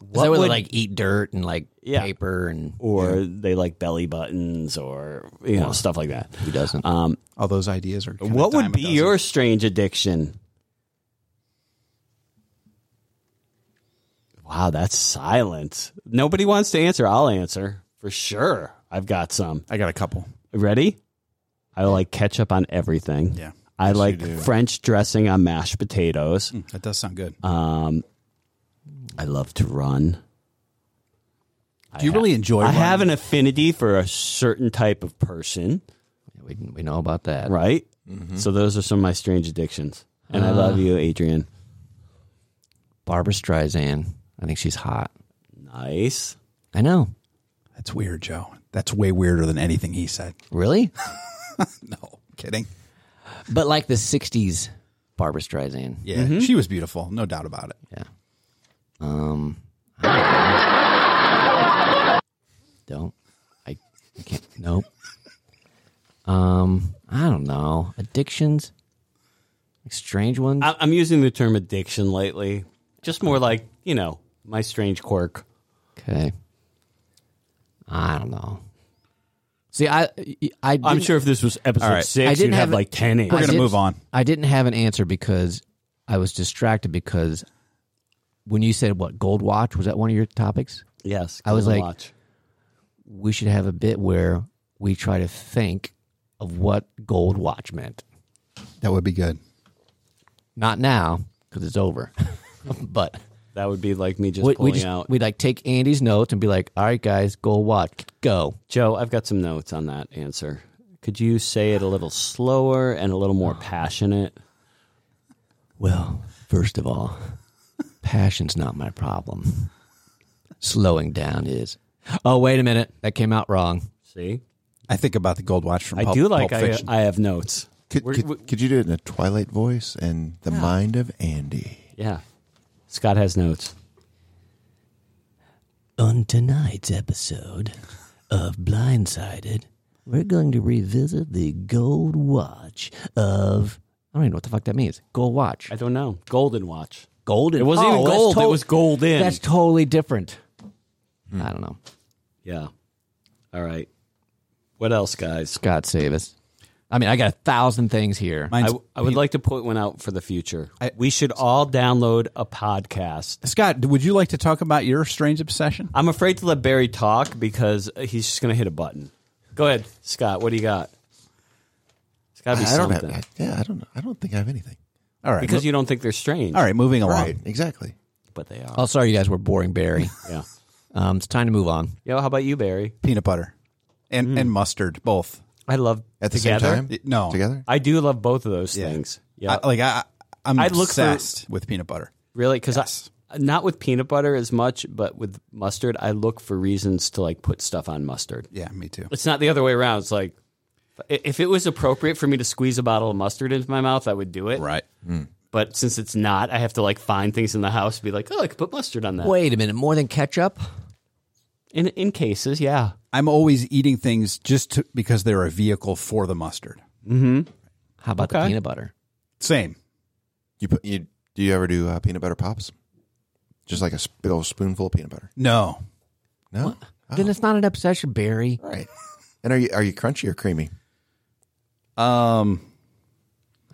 B: Is that where they
A: would-
B: like eat dirt and like
A: Yeah.
B: paper and
A: Or they like belly buttons, or you know stuff like that.
B: who doesn't?
A: Uh,
D: All those ideas are. kinda
A: What
D: dime
A: would
D: a
A: be
D: dozen.
A: your strange addiction? Wow, that's silent. Nobody wants to answer. I'll answer for sure. I've got some.
D: I got a couple.
A: Ready? I like ketchup on everything.
D: Yeah.
A: I like French dressing on mashed potatoes.
D: Mm, That does sound good.
A: Um, I love to run.
D: do you really enjoy?
A: I
D: running?
A: have an affinity for a certain type of person,
B: we, we know about that.
A: right?
D: Mm-hmm.
A: So those are some of my strange addictions. And I
D: Ah.
A: love you, Adrian.
B: Barbara Streisand. I think she's hot.
A: Nice.
B: I know.
D: That's weird, Joe. That's way weirder than anything he said.
B: Really?
D: No, kidding.
B: but like the 60s Barbara Streisand.
D: Yeah,
A: Mm-hmm.
D: she was beautiful, no doubt about it.
B: Yeah. Um Don't. I, I can't nope. Um I don't know. Addictions? Like strange ones?
A: I- I'm using the term addiction lately, just more like you know my strange quirk.
B: okay. I don't know. See, I I
A: I'm
B: didn't-
A: sure if this was episode
D: All right.
A: six,
B: I
A: you'd
B: didn't
A: have,
B: have a-
A: like ten.
B: I
D: gonna
B: did-
D: move on.
B: I didn't have an answer because I was distracted because when you said what gold watch was that one of your topics?
A: yes,
B: I was
A: Golden
B: like-
A: watch.
B: We should have a bit where we try to think of what gold watch meant.
D: That would be good.
B: Not now because it's over, but
A: that would be like me just
B: we, we
A: pulling
B: just
A: out.
B: we like take Andy's notes and be like, all right, guys, gold watch, go.
A: Joe, I've got some notes on that answer. Could you say it a little slower and a little more passionate?
B: Well, first of all, passion's not my problem. Slowing down is. Oh, wait a minute, that came out wrong.
A: See,
D: I think about the gold watch from.
A: I
D: Pulp-
A: do like.
D: Pulp
A: I, uh,
D: Fiction.
A: I have notes.
C: Could,
A: We're-
C: could,
A: we-
C: could you do it in a Twilight voice and the mind of Andy?
A: yeah, Scott has notes.
B: On tonight's episode of Blindsided, we're going to revisit the gold watch of. I don't even know what the fuck that means. Gold watch.
A: I don't know. Golden watch.
B: Golden.
A: It wasn't
B: Oh,
A: even
B: that's
A: gold.
B: to-
A: it was golden.
B: That's totally different. I don't know.
A: yeah. All right. What else, guys?
B: God save us. I mean, I got a thousand things here.
A: I,
D: Mine's-
A: w- I would like to point one out for the future. we should all download a podcast.
D: Scott, would you like to talk about your strange obsession?
A: I'm afraid to let Barry talk because he's just going to hit a button. Go ahead, Scott. What do you got? It's got to be
C: I don't have.
A: something.
C: yeah, I don't. know. I don't think I have anything.
D: All right,
A: because you don't think they're strange,
D: all right, moving along.
C: Right. Exactly.
A: but they are.
B: oh, sorry, you guys were boring Barry.
A: Yeah.
B: Um, it's time to move on.
A: Yo, how about you, Barry?
D: Peanut butter. and and mustard both.
B: I love.
C: At the
A: Together?
C: same time?
D: No.
C: Together?
A: I do love both of those
D: Yeah.
A: things. Yeah,
D: Yeah, like I, I'm
A: I'd look for-
D: obsessed with peanut butter.
A: really, because I not with peanut butter as much, but with mustard, I look for reasons to like put stuff on mustard.
D: Yeah, me too.
A: It's not the other way around. It's like i- if it was appropriate for me to squeeze a bottle of mustard into my mouth, I would do it.
D: Right.
A: But since it's not, I have to like find things in the house, and be like, oh, I could put mustard on that.
B: Wait a minute, more than ketchup?
A: In in cases, yeah.
D: I'm always eating things just to, because they're a vehicle for the mustard.
B: How about the
A: Okay.
B: peanut butter?
D: Same.
C: You put you do you ever do uh, peanut butter pops? Just like a s- big old spoonful of peanut butter.
D: No.
C: No. Oh,
B: Then it's not an obsession, Barry.
C: all right. And are you are you crunchy or creamy?
D: Um.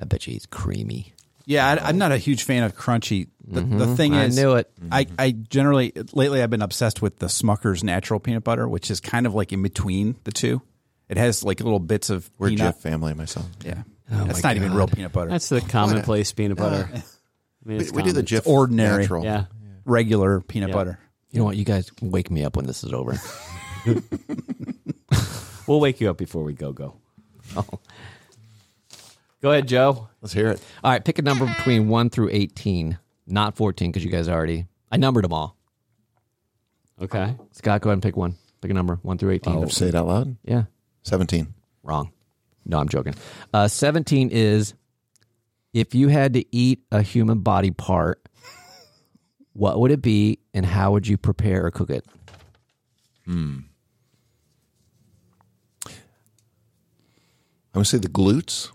B: I bet you he's creamy.
D: Yeah, I, I'm not a huge fan of crunchy. The, the thing
B: I
D: is,
B: knew it.
D: I, I generally lately I've been obsessed with the Smucker's natural peanut butter, which is kind of like in between the two. It has like little bits of
C: We're
D: peanut.
C: Jeff family and myself.
D: Yeah, that's not even real peanut butter.
A: That's the commonplace peanut butter. I mean,
C: We,
A: it's
C: we do the
A: common.
C: Jif
D: ordinary.
C: natural.
A: Yeah.
D: regular peanut butter.
B: You know what? You guys wake me up when this is over.
A: We'll wake you up before we go go. Go ahead, Joe.
C: Let's hear it.
B: All right, pick a number between 1 through 18, not 14 because you guys already I numbered them all.
A: Okay.
B: Scott, go ahead and pick one. Pick a number, 1 through 18.
C: Say it out loud.
B: Yeah.
C: Seventeen.
B: Wrong. No, I'm joking. Uh, 17 is if you had to eat a human body part, what would it be and how would you prepare or cook it?
C: I'm gonna say the glutes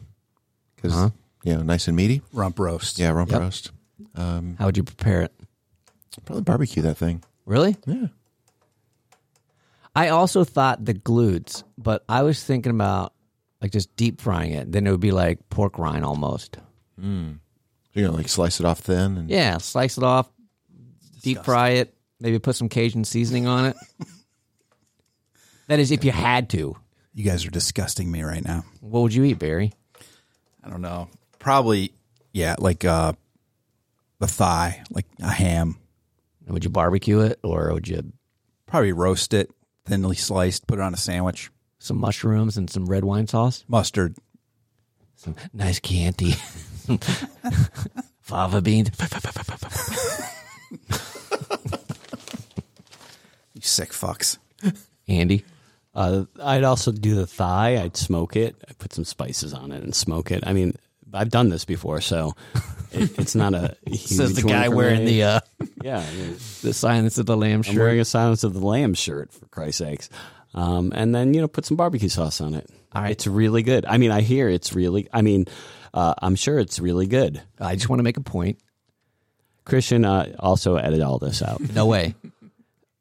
C: because you know nice and meaty.
D: Rump roast.
C: Yeah, rump
B: Yep.
C: roast.
B: How would you prepare it?
C: Probably barbecue that thing.
B: Really?
C: Yeah.
B: I also thought the glutes, but I was thinking about like just deep frying it. Then it would be like pork rind almost.
C: You're gonna like slice it off thin and
B: Yeah, slice it off, deep fry it, maybe put some Cajun seasoning on it. that is, if you had to.
D: You guys are disgusting me right now.
B: What would you eat, Barry?
D: I don't know. Probably. Yeah, like uh, the thigh, like a ham.
B: Would you barbecue it or would you
D: Probably roast it thinly sliced, put it on a sandwich.
B: some mushrooms and some red wine sauce?
D: Mustard.
B: Some nice Chianti. Fava beans.
D: You sick fucks.
B: Andy.
A: Uh, I'd also do the thigh. I'd smoke it. I'd put some spices on it and smoke it. I mean, I've done this before, so it, it's not a huge
B: Says the
A: one
B: guy
A: for
B: wearing
A: me.
B: the uh,
A: Yeah. I mean,
B: the silence of the lamb
A: I'm
B: shirt.
A: wearing a Silence of the Lamb shirt, for Christ's sakes. Um, and then, you know, put some barbecue sauce on it.
B: All right.
A: It's really good. I mean, I hear it's really, I mean, uh, I'm sure it's really good.
B: I just want to make a point.
A: Christian uh, also edited all this out.
B: No way.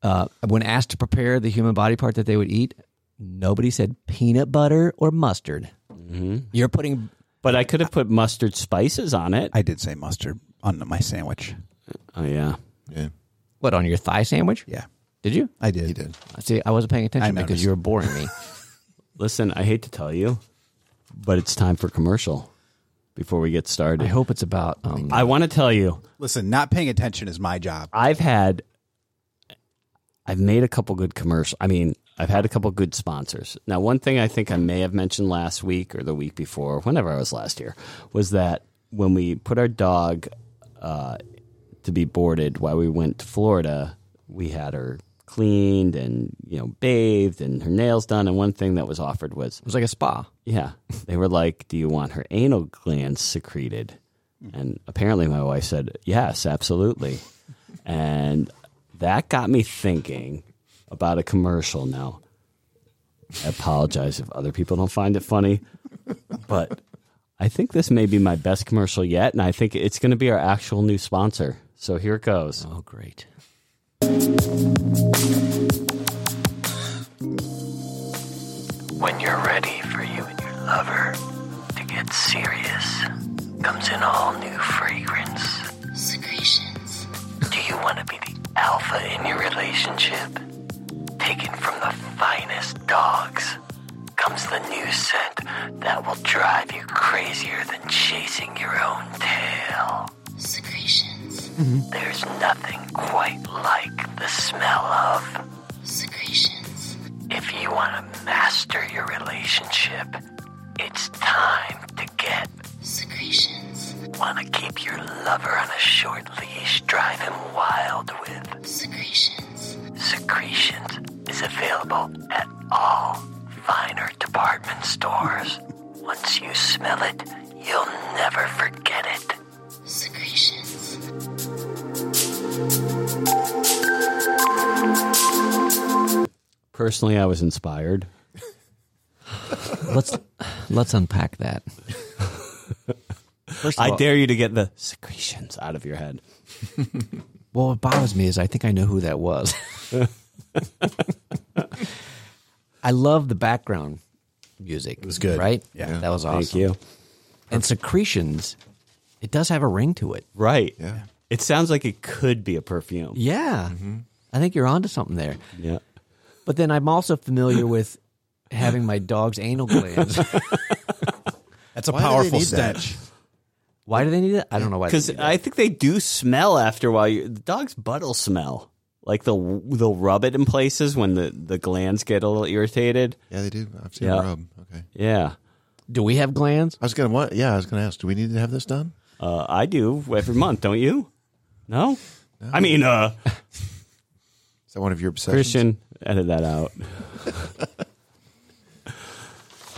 B: uh, when asked to prepare the human body part that they would eat, nobody said peanut butter or mustard. You're putting
A: But I could have put mustard spices on it.
D: I did say mustard on my sandwich.
A: Oh yeah.
C: yeah.
B: what on your thigh sandwich?
D: Yeah,
B: Did you?
D: I did.
C: He did.
B: See, I wasn't paying attention
D: I
B: because you were boring me.
A: Listen, I hate to tell you, but it's time for commercial before we get
B: I
A: started.
B: hope it's about. Um,
A: I want to tell you,
D: Listen, not paying attention is my job.
A: I've had I've made a couple good commercial. I mean, I've had a couple good sponsors. Now, one thing I think I may have mentioned last week or the week before, whenever I was last here, was that when we put our dog uh, to be boarded while we went to Florida, we had her cleaned and you know bathed and her nails done. And one thing that was offered was
B: it was like a spa.
A: yeah. They were like, Do you want her anal glands secreted? And apparently my wife said, Yes, absolutely. and that got me thinking about a commercial now. I apologize if other people don't find it funny, but I think this may be my best commercial yet. And I think it's going to be our actual new sponsor. So here it goes.
B: Oh, great.
E: When you're ready for you and your lover to get serious, comes an all new fragrance.
F: Secretions.
E: Do you want to be the alpha in your relationship? Taken from the finest dogs, comes the new scent that will drive you crazier than chasing your own tail.
F: Secretions.
E: There's nothing quite like the smell of.
F: Secretions.
E: If you want to master relationship, it's time to get.
F: secretions,
E: Wanna keep your lover on a short leash, drive him wild with.
F: secretions,
E: Secretions is available at all finer department stores. Once you smell it, you'll never forget it.
F: secretions.
A: Personally, I was inspired.
B: Let's let's unpack that. First of
A: I
B: all,
A: dare you to get the secretions out of your head.
B: Well, what bothers me is I think I know who that was. I love the background music. It was
D: good.
B: right?
D: Yeah.
B: that was awesome.
A: Thank you.
B: And secretions, it does have a ring to it.
A: Right.
C: Yeah.
A: It sounds like it could be a perfume.
B: Yeah, Mm-hmm. I think you're onto something there.
A: Yeah.
B: But then I'm also familiar with having my dog's anal glands.
D: That's
C: Why do they
D: a powerful
C: need that?
D: stench.
B: why do they need it? I don't know why. they
A: Because
B: need it.
A: I think they do smell after a while. You- The dog's butt will smell. Like they'll they'll rub it in places when the, the glands get a little irritated.
C: Yeah, they do. I've seen
A: Yeah.
C: a rub. Okay.
A: Yeah.
B: do we have glands?
C: I was gonna what? Yeah, I was gonna ask. Do we need to have this done?
A: Uh, I do every month, don't you? No? I mean, uh,
C: Is that one of your obsessions?
A: Christian, edit that out.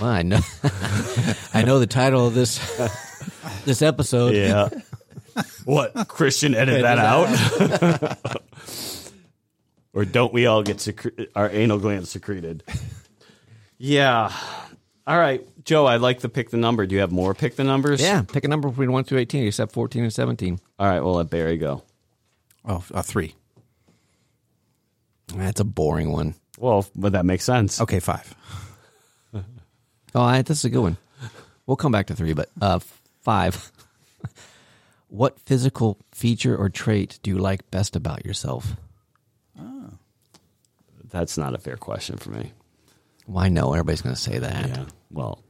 B: Well, I know. I know the title of this this episode.
A: Yeah. what? Christian, edit that out? or don't we all get secre- our anal glands secreted? Yeah. All right, Joe, I'd like to pick the number. Do you have more pick the numbers?
B: Yeah, pick a number between one through eighteen, except fourteen and seventeen.
A: All right, we'll let Barry go.
D: Oh, a three.
B: That's a boring one.
A: Well, but that makes sense.
D: Okay, five.
B: Oh, I, this is a good one. We'll come back to three, but uh, five. what physical feature or trait do you like best about yourself?
A: That's not a fair question for me.
B: Well, I know everybody's going to say that,
A: Yeah. Well,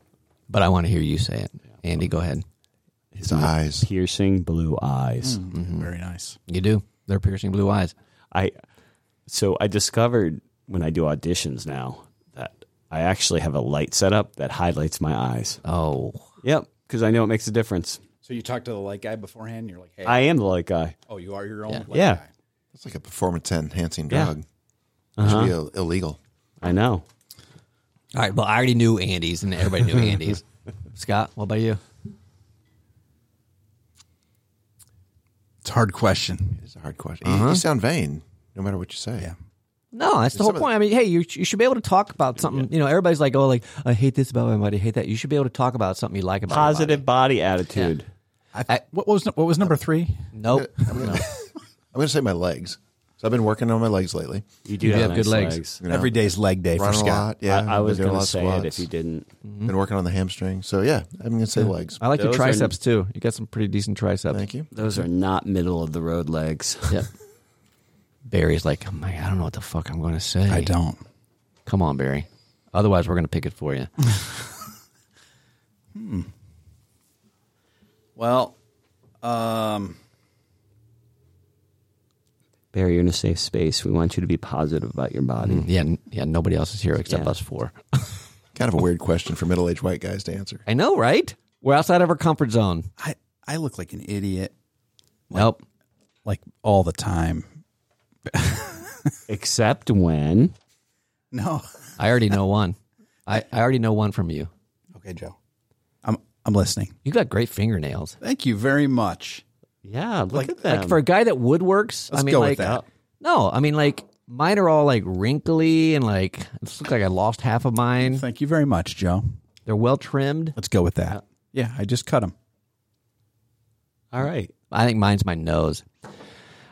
B: but I want to hear you say it. Andy, go ahead.
C: His eyes.
A: piercing blue eyes.
D: Hmm. Very nice.
B: You do. They're piercing blue eyes.
A: I so I discovered when I do auditions now that I actually have a light setup that highlights my eyes.
B: Oh,
A: Yep, because I know it makes a difference.
D: So you talked to the light guy beforehand. And you're like, hey,
A: I am the light guy.
D: oh, you are your own. light
A: Yeah.
D: guy.
C: It's like a performance enhancing
A: Yeah. Uh-huh.
C: drug. It Should be Ill- illegal.
A: I know.
B: all right. Well, I already knew Andy's, and everybody knew Andy's. Scott, what about you?
D: It's a hard question. Mm-hmm.
C: It's a hard question. You-
A: Uh-huh.
C: You, sound vain, no matter what you say.
D: Yeah.
B: No, that's the whole point. I mean, hey, you, you should be able to talk about something. You know, everybody's like, oh, like I hate this about my body, I hate that. You should be able to talk about something you like about your body.
A: Positive body attitude.
D: I, what was what was number three?
B: Nope.
C: I'm gonna, I'm gonna say my legs. So I've been working on my legs lately.
A: You do
B: You
A: have,
B: have
A: nice
B: good legs.
C: You know,
D: Every day's leg day for
C: run a
D: Scott.
C: lot. Yeah,
A: I, I
C: I've
A: was
C: been doing a
A: going to
C: lot of
A: say it if
C: squats.
A: you Mm-hmm. didn't.
C: Been working on the hamstring. So yeah, I'm gonna say legs.
B: I like your
A: Those are-
B: triceps too. You got some pretty decent triceps.
C: Thank you.
A: Those are not middle of the road legs.
B: Yep. Barry's like, oh my, I don't know what the fuck I'm going to say.
D: I don't.
B: Come on, Barry. Otherwise, we're going to pick it for you.
D: Well, um,
A: Barry, you're in a safe space. We want you to be positive about your body.
B: yeah, n- yeah. Nobody else is here except
A: Yeah.
B: us four.
C: Kind of a weird question for middle aged white guys to answer.
B: I know, right? We're outside of our comfort zone.
D: I I look like an idiot
B: nope.
D: like all the time.
A: Except when
D: No.
B: I already know one. I, I already know one from you.
D: Okay, Joe. I'm I'm listening.
B: You got great fingernails.
D: Thank you very much.
A: Yeah, look at that.
B: Like for a guy that woodworks, I
D: Let's
B: mean,
D: go with
B: like,
D: that.
B: no, I mean, like, mine are all like wrinkly and like, it looks like I lost half of mine.
D: Thank you very much, Joe.
B: They're well trimmed.
D: Let's go with that. Yeah, I just cut him.
A: All right.
B: I think mine's my nose.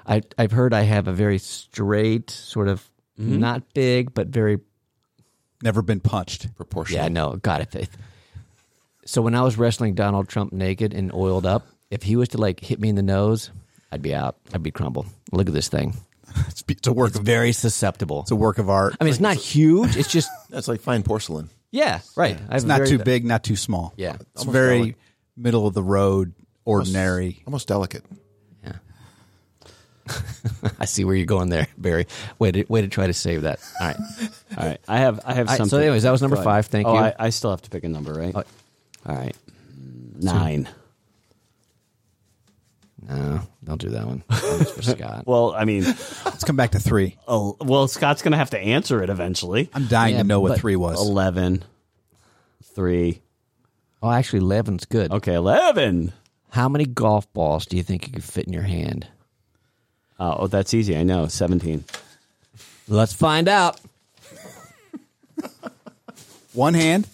B: I I've heard I have a very straight, sort of
D: Mm-hmm.
B: not big, but very
D: Never been punched.
C: Proportional.
B: yeah. No, got it. Faith. So when I was wrestling Donald Trump naked and oiled up, if he was to like hit me in the nose, I'd be out. I'd be crumbled. Look at this thing.
D: It's, it's a work.
B: It's
D: Of,
B: very susceptible.
D: it's a work of art.
B: I mean, it's not huge. It's just
C: That's like fine porcelain.
B: yeah, right. I have
D: it's
B: a
D: not
B: very-
D: too big, not too small.
B: Yeah.
D: it's very
C: delicate.
D: middle of the road, ordinary.
C: Almost delicate.
B: I see where you're going there, Barry. Way to way to try to save that. All right.
A: All right, I have I have
B: All right, so
A: something.
B: anyways, that was number
A: Go ahead.
B: five. Thank
A: oh,
B: you.
A: I, I still have to pick a number, right? Mm,
B: Oh.
A: All right, nine.
B: No, don't do that one. That one's for Scott.
A: Well, I mean,
D: Let's come back to three.
A: oh, well, Scott's going to have to answer it eventually.
D: I'm dying
B: Yeah,
D: to know what
B: but-
D: three was.
A: 11, 3.
B: oh, actually, eleven's good.
A: Okay, 11.
B: How many golf balls do you think you could fit in your hand?
A: Oh, oh, that's easy. I know. 17.
B: Let's find out.
D: One hand.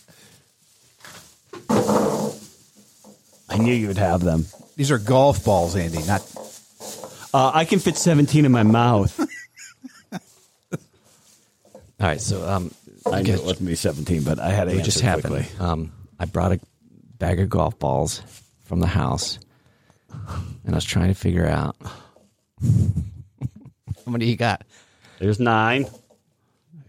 A: I knew you would have them.
D: These are golf balls, Andy. Not
A: Uh, I can fit 17 in my mouth.
B: All right, so um,
A: I knew
B: guess
A: it wasn't be 17, but I had to
B: it
A: answer
B: just happened.
A: quickly.
B: Um, I brought a bag of golf balls from the house, and I was trying to figure out how many you got.
A: There's 9.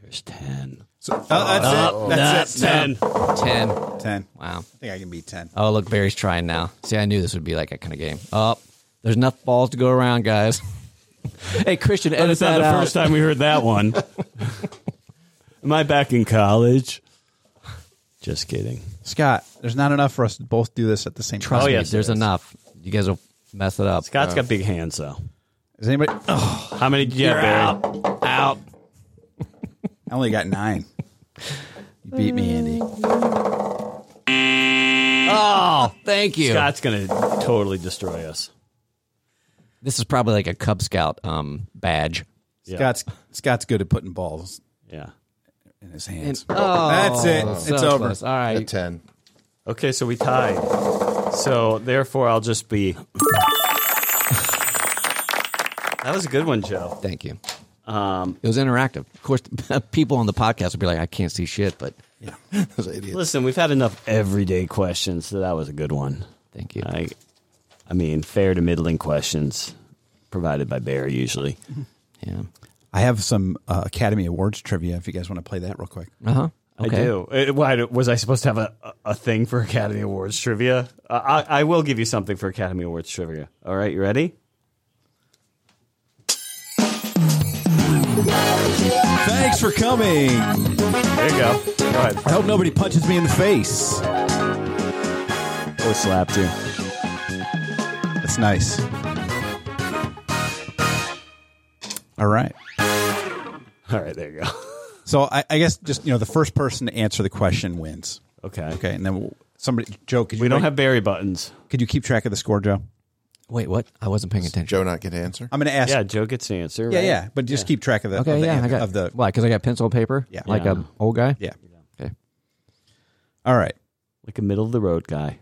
A: There's 10.
D: so, oh, that's it. That's, it.
A: 10.
B: Ten.
D: Ten.
B: Wow.
D: I think I can beat ten.
B: Oh, look, Barry's trying now. See, I knew this would be like that kind of game. Oh, there's enough balls to go around, guys. hey, Christian, edit
A: That's not
B: that
A: the
B: out.
A: first time we heard that one. Am I back in college? Just kidding.
D: Scott, there's not enough for us to both do this at the same
B: Trust
A: Oh,
B: me,
A: yes,
B: there's
A: there is.
B: enough. You guys will mess it up.
A: Scott's got big hands, though.
D: Is anybody? Oh,
A: How many did you have, Barry?
B: Out.
D: I only got nine. You beat me, Andy.
B: Oh, Thank you.
A: Scott's going to totally destroy us.
B: This is probably like a Cub Scout um, badge.
A: Yeah.
D: Scott's Scott's good at putting balls
A: Yeah.
D: in his hands.
B: Oh,
D: that's it.
B: so
D: it's over.
B: close. All
C: At
B: right.
C: 10.
A: Okay, so we tied. So therefore, I'll just be. That was a good one, Joe.
B: Thank you. Um, it was interactive. Of course, people on the podcast will be like, I can't see shit, but
C: Those idiots.
A: Listen, we've had enough everyday questions, so that was a good one.
B: thank you.
A: I, I mean, fair to middling questions provided by Bear usually.
B: Yeah.
D: I have some uh, Academy Awards trivia. If you guys want to play that real quick,
B: Uh huh.
A: I do. It, why do- was I supposed to have a, a- a thing for Academy Awards trivia? Uh, I, I will give you something for Academy Awards trivia. All right, you ready?
D: thanks for coming. I
A: There you go. Go ahead.
D: hope nobody punches me in the face.
A: Or slapped you.
D: That's nice. All right.
A: All right, there you go.
D: So I, I guess just you know the first person to answer the question wins.
A: Okay.
D: Okay, and then we'll, somebody Joe. Could you
A: We don't
D: break-
A: have Barry buttons.
D: Could you keep track of the score, Joe?
B: Wait, what? I wasn't paying attention.
C: Joe not get to answer?
D: I'm going to ask.
A: Yeah, Joe gets the answer.
D: yeah,
A: right?
D: yeah, But just keep track of the.
B: Okay,
D: of the,
B: yeah,
D: answer-
B: I got
D: of the.
B: Why? Because I got pencil and paper.
D: Yeah.
B: like
A: Yeah.
B: an old guy.
D: Yeah.
B: Okay.
D: All right.
A: Like a middle of the road guy.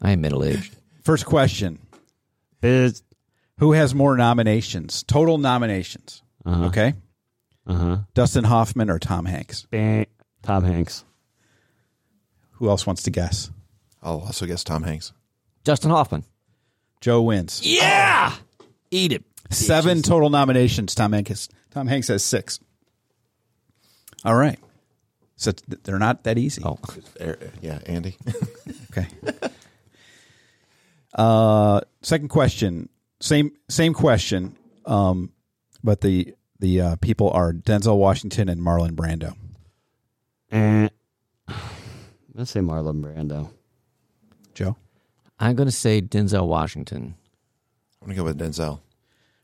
B: I am middle aged.
D: First question: Who has more nominations? Total nominations.
B: Uh-huh.
D: Okay.
A: Uh huh.
D: Dustin Hoffman or Tom Hanks?
A: Tom Hanks.
D: Who else wants to guess?
C: I'll also guess Tom Hanks.
B: Justin Hoffman.
D: Joe wins.
B: Yeah. Eat it.
D: Seven total nominations. Tom Hanks. Tom Hanks has six. All right. So th- they're not that easy.
B: Oh,
C: Er, yeah, Andy.
D: Okay. uh, second question. Same same question. Um, but the the uh, people are Denzel Washington and Marlon Brando.
A: Eh. Let's say Marlon Brando.
D: Joe,
B: I'm going to say Denzel Washington.
C: I'm going to go with Denzel.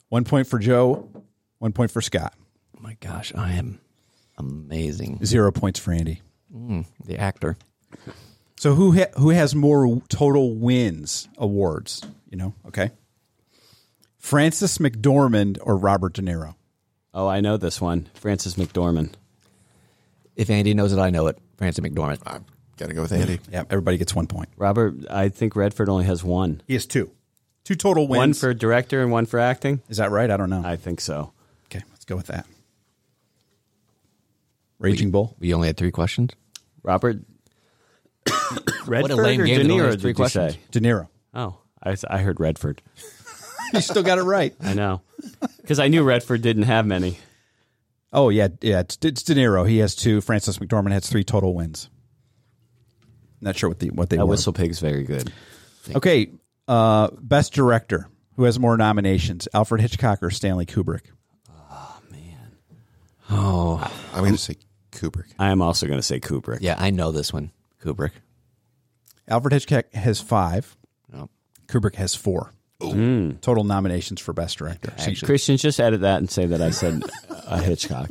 D: one point for Joe, one point for Scott,
B: Oh my gosh, I am amazing.
D: zero points for Andy.
B: Hmm, The actor.
D: So who ha- who has more total wins awards? You know, okay. Francis McDormand or Robert De Niro?
A: Oh, I know this one. Francis McDormand.
B: If Andy knows it, I know it. Francis McDormand.
C: I've got to go with Andy.
D: Yeah, everybody gets one point.
A: Robert, I think Redford only has one.
D: He has two, two total wins.
A: One for director and one for acting?
D: is that right? I don't know.
A: I think so.
D: Okay, let's go with that. Raging Bull.
B: We only had three questions.
A: Robert Redford
B: lame
A: or
B: game
A: De
B: that only has
A: Niro,
B: three
A: did you
B: questions.
A: say?
D: De Niro.
A: Oh, I, I heard Redford.
D: you still got it right.
A: I know. Because I knew Redford didn't have many.
D: Oh yeah, yeah. It's, it's De Niro. He has two. Francis McDormand has three total wins. Not sure what the what they
A: That
D: were.
A: whistle pig's very good.
D: Okay, uh, best director. Who has more nominations, Alfred Hitchcock or Stanley Kubrick?
B: Oh,
C: I'm going to say Kubrick.
A: I am also going to say Kubrick.
B: yeah, I know this one. Kubrick.
D: Alfred Hitchcock has five.
B: Oh.
D: Kubrick has four. Mm. Total nominations for Best Director.
A: Christian, just edit that and say that I said a Hitchcock.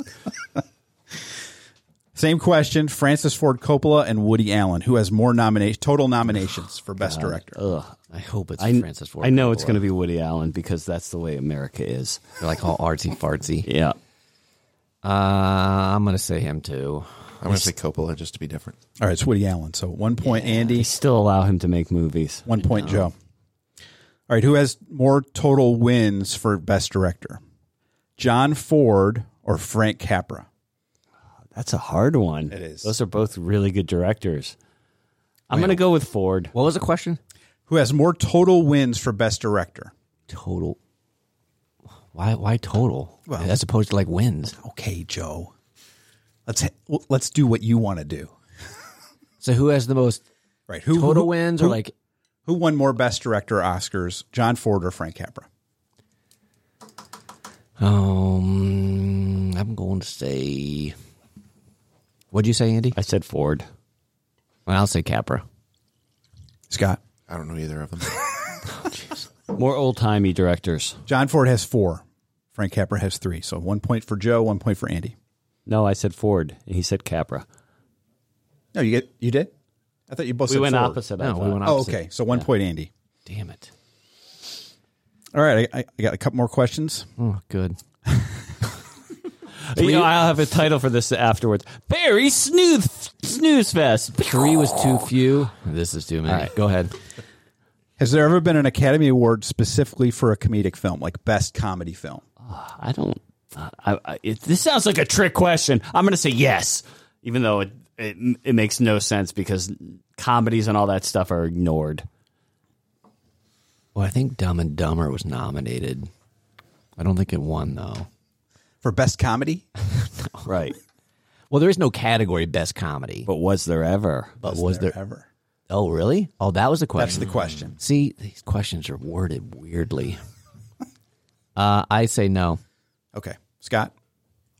D: Same question: Francis Ford Coppola and Woody Allen, who has more nomination total nominations for Best Director?
B: I hope it's
A: I,
B: Francis Ford.
A: I know it's
B: Coppola.
A: going to be Woody Allen because that's the way America is.
B: They're like all artsy fartsy.
A: Yeah.
B: Uh, I'm gonna say him too.
C: I'm going to say Coppola just to be different.
D: All right, it's Woody Allen. So one point
A: They
D: Andy,
A: still allow him to make movies.
D: one point Joe. All right, who has more total wins for Best Director? John Ford or Frank Capra?
A: That's a hard one.
D: It is.
A: Those are both really good directors. I'm going to go with Ford.
B: What was the question?
D: Who has more total wins for Best Director?
B: Total. Why? Why total? As opposed to like wins.
D: Okay, Joe. Let's ha- let's do what you want to do.
B: So who has the most
D: Right? Who
B: total
D: who-
B: wins, or
D: who-
B: like
D: who won more Best Director Oscars? John Ford or Frank Capra?
B: um? I'm going to say. What'd you say, Andy?
A: I said Ford.
B: Well, I'll say Capra.
D: Scott.
C: I don't know either of them.
A: More old timey directors.
D: John Ford has four. Frank Capra has three. So one point for Joe, one point for Andy.
A: No, I said Ford. And he said Capra.
D: No, you get you did. I thought you both
A: We
D: said
A: went
D: Ford.
A: opposite. I
B: No, we
A: thought.
B: went
D: Oh,
B: opposite.
D: okay. So one point, Andy.
B: Damn it.
D: All right, I, I I got a couple more questions.
B: Oh, good.
A: You know, I'll have a title for this afterwards. Barry Snooze Snooze Fest.
B: Three was too few. This is too many.
A: All right.
B: Go ahead.
D: Has there ever been an Academy Award specifically for a comedic film, like best comedy film?
A: I don't. I, I, it, this sounds like a trick question. I'm going to say yes, even though it, it it makes no sense because comedies and all that stuff are ignored.
B: Well, I think Dumb and Dumber was nominated. I don't think it won though.
D: For best comedy?
A: Right.
B: Well, there is no category best comedy.
A: But was there ever?
B: But was there?
D: ever?
B: Oh, really? Oh, that was the question.
D: That's the question.
B: See, these questions are worded weirdly. uh, I say no.
D: Okay, Scott.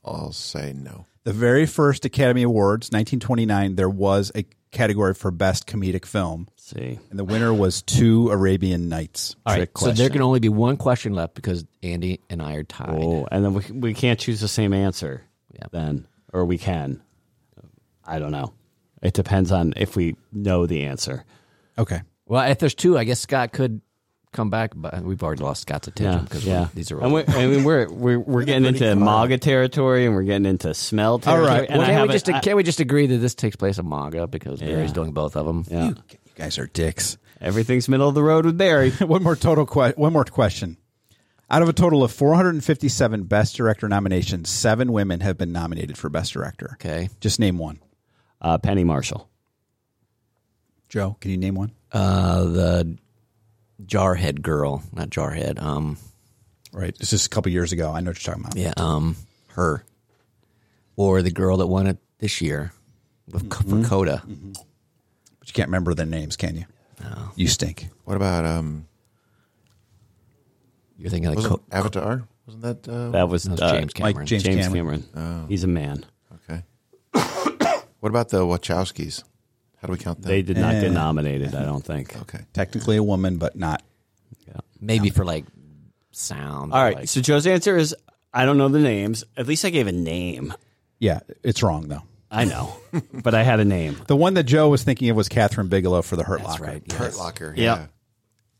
C: I'll say no.
D: The very first Academy Awards, 1929, there was a category for best comedic film,
A: see,
D: and the winner was Two Arabian Nights.
B: All right,
A: Trick
B: so there
A: question.
B: can only be one question left because Andy and I are tied.
A: oh, and then we we can't choose the same answer. Then, or we can. I don't know. It depends on if we know the answer.
D: Okay.
B: Well, if there's two, I guess Scott could come back, but we've already lost Scott's attention because we're- these are
A: And
B: all.
A: we're, I mean, we're we're we're getting into MAGA territory, and we're getting into smell
D: right.
A: territory. And
B: well,
A: I
B: can't, we
A: haven't-
B: just,
A: I-
B: can't we just agree that this takes place in manga because Barry's doing both of them?
A: yeah.
D: You guys are dicks.
A: Everything's middle of the road with Barry.
D: one more total que- one more question. Out of a total of 457 best director nominations, 7 women have been nominated for best director.
B: Okay.
D: Just name one.
A: Uh, Penny Marshall.
D: Joe, can you name one?
B: Uh, the Jarhead girl, not Jarhead. Um,
D: Right. This is a couple years ago. I know what you're talking about.
B: yeah, um, her, or the girl that won it this year with
D: Mm-hmm.
B: for Coda.
D: But you can't remember their names, can you? You stink.
C: What about um?
B: You're thinking like
C: Was
B: Co-
C: it Avatar? Wasn't that uh,
A: That was,
B: no, it's
A: uh,
B: James Cameron.
D: Mike James,
A: James
D: Cameron.
A: Cameron. He's a man.
C: okay? what about the Wachowskis? How do we count them?
A: They did not
D: Yeah.
A: get nominated, I don't think.
C: Okay.
D: Technically a woman, but not.
B: Maybe for like sound.
A: All right.
B: like-
A: so Joe's answer is I don't know the names. At least I gave a name.
D: Yeah, it's wrong though.
A: I know, but I had a name.
D: The one that Joe was thinking of was Catherine Bigelow for the Hurt
B: that's
D: Locker.
B: right. Yeah.
C: Hurt Locker.
A: Yeah.
C: Yeah.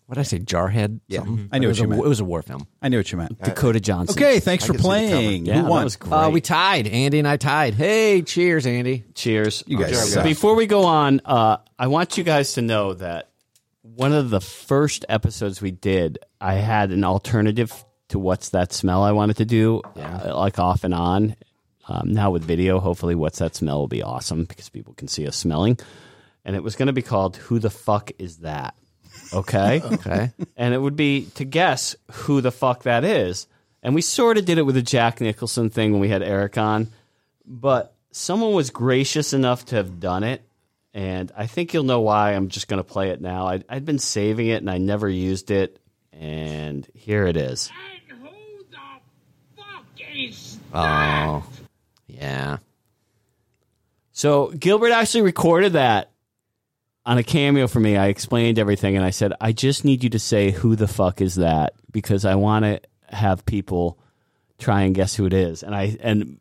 B: What did I say? Jarhead.
D: Yeah. Mm-hmm.
B: something?
D: I
B: It
D: knew what
B: was
D: you
B: a,
D: meant.
B: It was a war film.
D: I knew what you meant.
A: Dakota Johnson.
D: Okay, thanks
C: I
D: for
C: can see the cover.
D: playing.
A: Yeah,
D: Who
A: that
D: won?
A: was great.
B: Uh, we tied. Andy and I tied. Hey, cheers, Andy.
A: Cheers. You
D: guys
C: suck.
A: Before we go on, uh, I want you guys to know that one of the first episodes we did, I had an alternative to what's that smell I wanted to do, uh, like off and on. Um, now with video, hopefully, what's that smell will be awesome because people can see us smelling. And it was going to be called "Who the fuck is that?" Okay.
B: Okay.
A: and it would be to guess who the fuck that is. And we sort of did it with the Jack Nicholson thing when we had Eric on, but someone was gracious enough to have done it. And I think you'll know why I'm just going to play it now. I, I'd been saving it and I never used it. And here it is.
G: And who the fuck is
B: Oh. Yeah.
A: So Gilbert actually recorded that on a cameo for me. I explained everything and I said, I just need you to say who the fuck is that because I want to have people try and guess who it is. And I and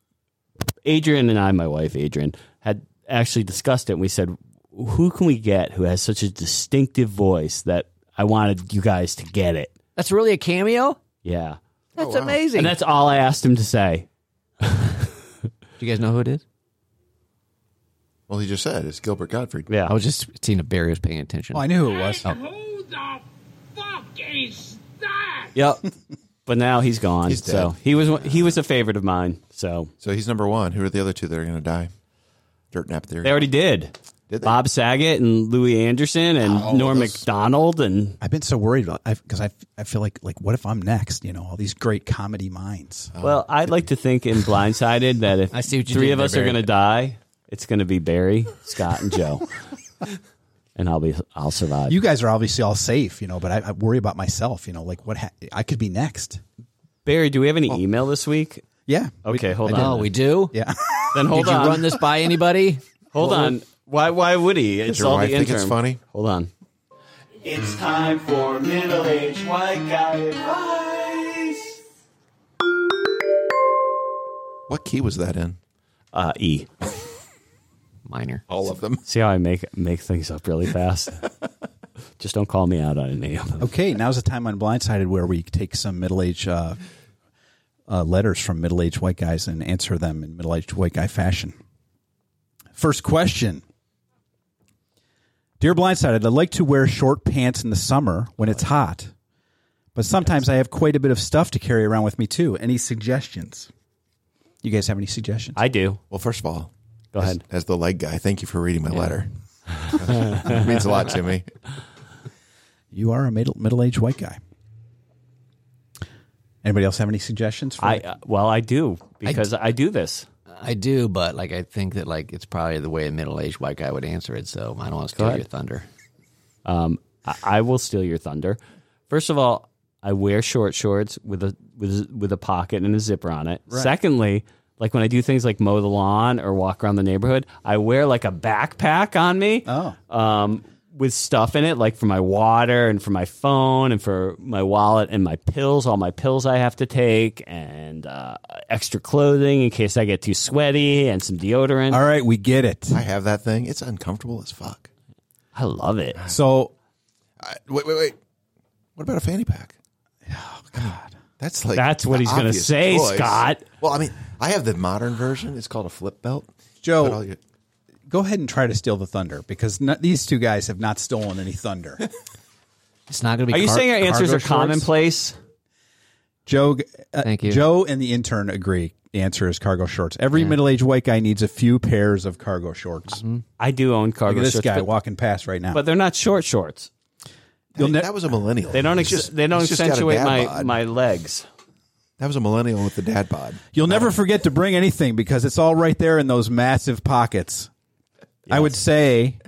A: Adrian and I, my wife Adrian, had actually discussed it. And we said, who can we get who has such a distinctive voice that I wanted you guys to get it?
B: That's really a cameo?
A: Yeah,
B: That's
D: Oh,
B: amazing.
A: and that's all I asked him to say.
B: Do you guys know who it is?
C: Well, he just said it's Gilbert Gottfried.
A: Yeah,
B: I was just seeing if Barry was paying attention.
D: Oh, I knew who it was.
G: Who the fuck is that?
A: Yep. but now he's gone.
C: He's
A: so
C: dead.
A: he was one- he was a favorite of mine. So
C: So he's number one. Who are the other two that are going to die? Dirt nap theory.
A: they already did.
C: Did they?
A: Bob Saget and Louis Anderson and
C: Oh,
A: Norm Macdonald and
D: I've been so worried about because I, I feel like like what if I'm next? You know, all these great comedy minds.
C: Oh.
A: well, I'd like to think in Blindsided that if
B: I see what you
A: three
B: did
A: of
B: there,
A: us are
B: Barry.
A: going to die, it's going to be Barry, Scott, and Joe, and I'll be I'll survive.
D: You guys are obviously all safe, you know, but I, I worry about myself. You know, like what ha- I could be next.
A: Barry, do we have any email this week?
D: Yeah.
A: Okay, hold
B: oh,
A: on.
B: we do?
D: Yeah.
A: then hold
B: Did you
A: on.
B: run this by anybody?
A: Hold on. Why? Why would he? It's
C: your
A: all
C: wife
A: the
C: think it's
A: interim.
C: funny?
A: Hold on. It's time for middle-aged white guy advice.
C: What key was that in?
A: Uh, e.
B: Minor.
C: All of them.
A: See how I make make things up really fast. Just don't call me out on any of them.
D: okay. Now's the time on Blindsided where we take some middle aged uh, uh, letters from middle aged white guys and answer them in middle aged white guy fashion. First question. Dear Blindsided, I like to wear short pants in the summer when it's hot, but sometimes I have quite a bit of stuff to carry around with me too. Any suggestions? You guys have any suggestions?
A: I do.
C: Well, first of all,
A: Go ahead.
C: as the leg guy, thank you for reading my letter. it means a lot to me.
D: you are a middle middle aged white guy. Anybody else have any suggestions? For
A: I uh, well, I do because I do this.
B: I do, but like I think that like it's probably the way a middle aged white guy would answer it, so I don't want to steal
A: ahead.
B: your thunder.
A: I, I will steal your thunder. First of all, I wear short shorts with a with a- with a pocket and a zipper on it. Secondly, like when I do things like mow the lawn or walk around the neighborhood, I wear like a backpack on me.
D: Oh.
A: Um with stuff in it like for my water and for my phone and for my wallet and my pills, all my pills I have to take and uh, extra clothing in case I get too sweaty and some deodorant.
D: All right, we get it.
C: I have that thing. It's uncomfortable as fuck.
A: I love it.
D: So
C: I, wait, wait, wait. What about a fanny pack? Oh God, that's like
A: That's what
C: the
A: he's gonna
C: obvious
A: say,
C: choice.
A: Scott.
C: Well, I mean, I have the modern version. It's called a flip belt.
D: Joe-
C: But all you-
D: go ahead and try to steal the thunder because not, these two guys have not stolen any thunder.
B: It's not gonna be
A: Are you
B: car-
A: saying our answers
B: cargo
A: are
B: shorts?
A: commonplace?
D: Joe, uh,
B: Thank you.
D: Joe and the intern agree. The answer is cargo shorts. Every middle-aged white guy needs a few pairs of cargo shorts.
B: Mm-hmm.
A: I do own
D: Look
A: cargo
D: at this
A: shorts,
D: guy
A: but-
D: walking past right now.
A: but they're not short shorts.
C: I mean,
D: ne-
C: that was a millennial.
A: They don't
C: He's
A: ex-
C: just-
A: they don't
C: he's just got a
A: accentuate
C: dad
A: my,
C: bod.
A: my legs.
C: That was a millennial with the dad bod.
D: You'll never forget to bring anything because it's all right there in those massive pockets. I would say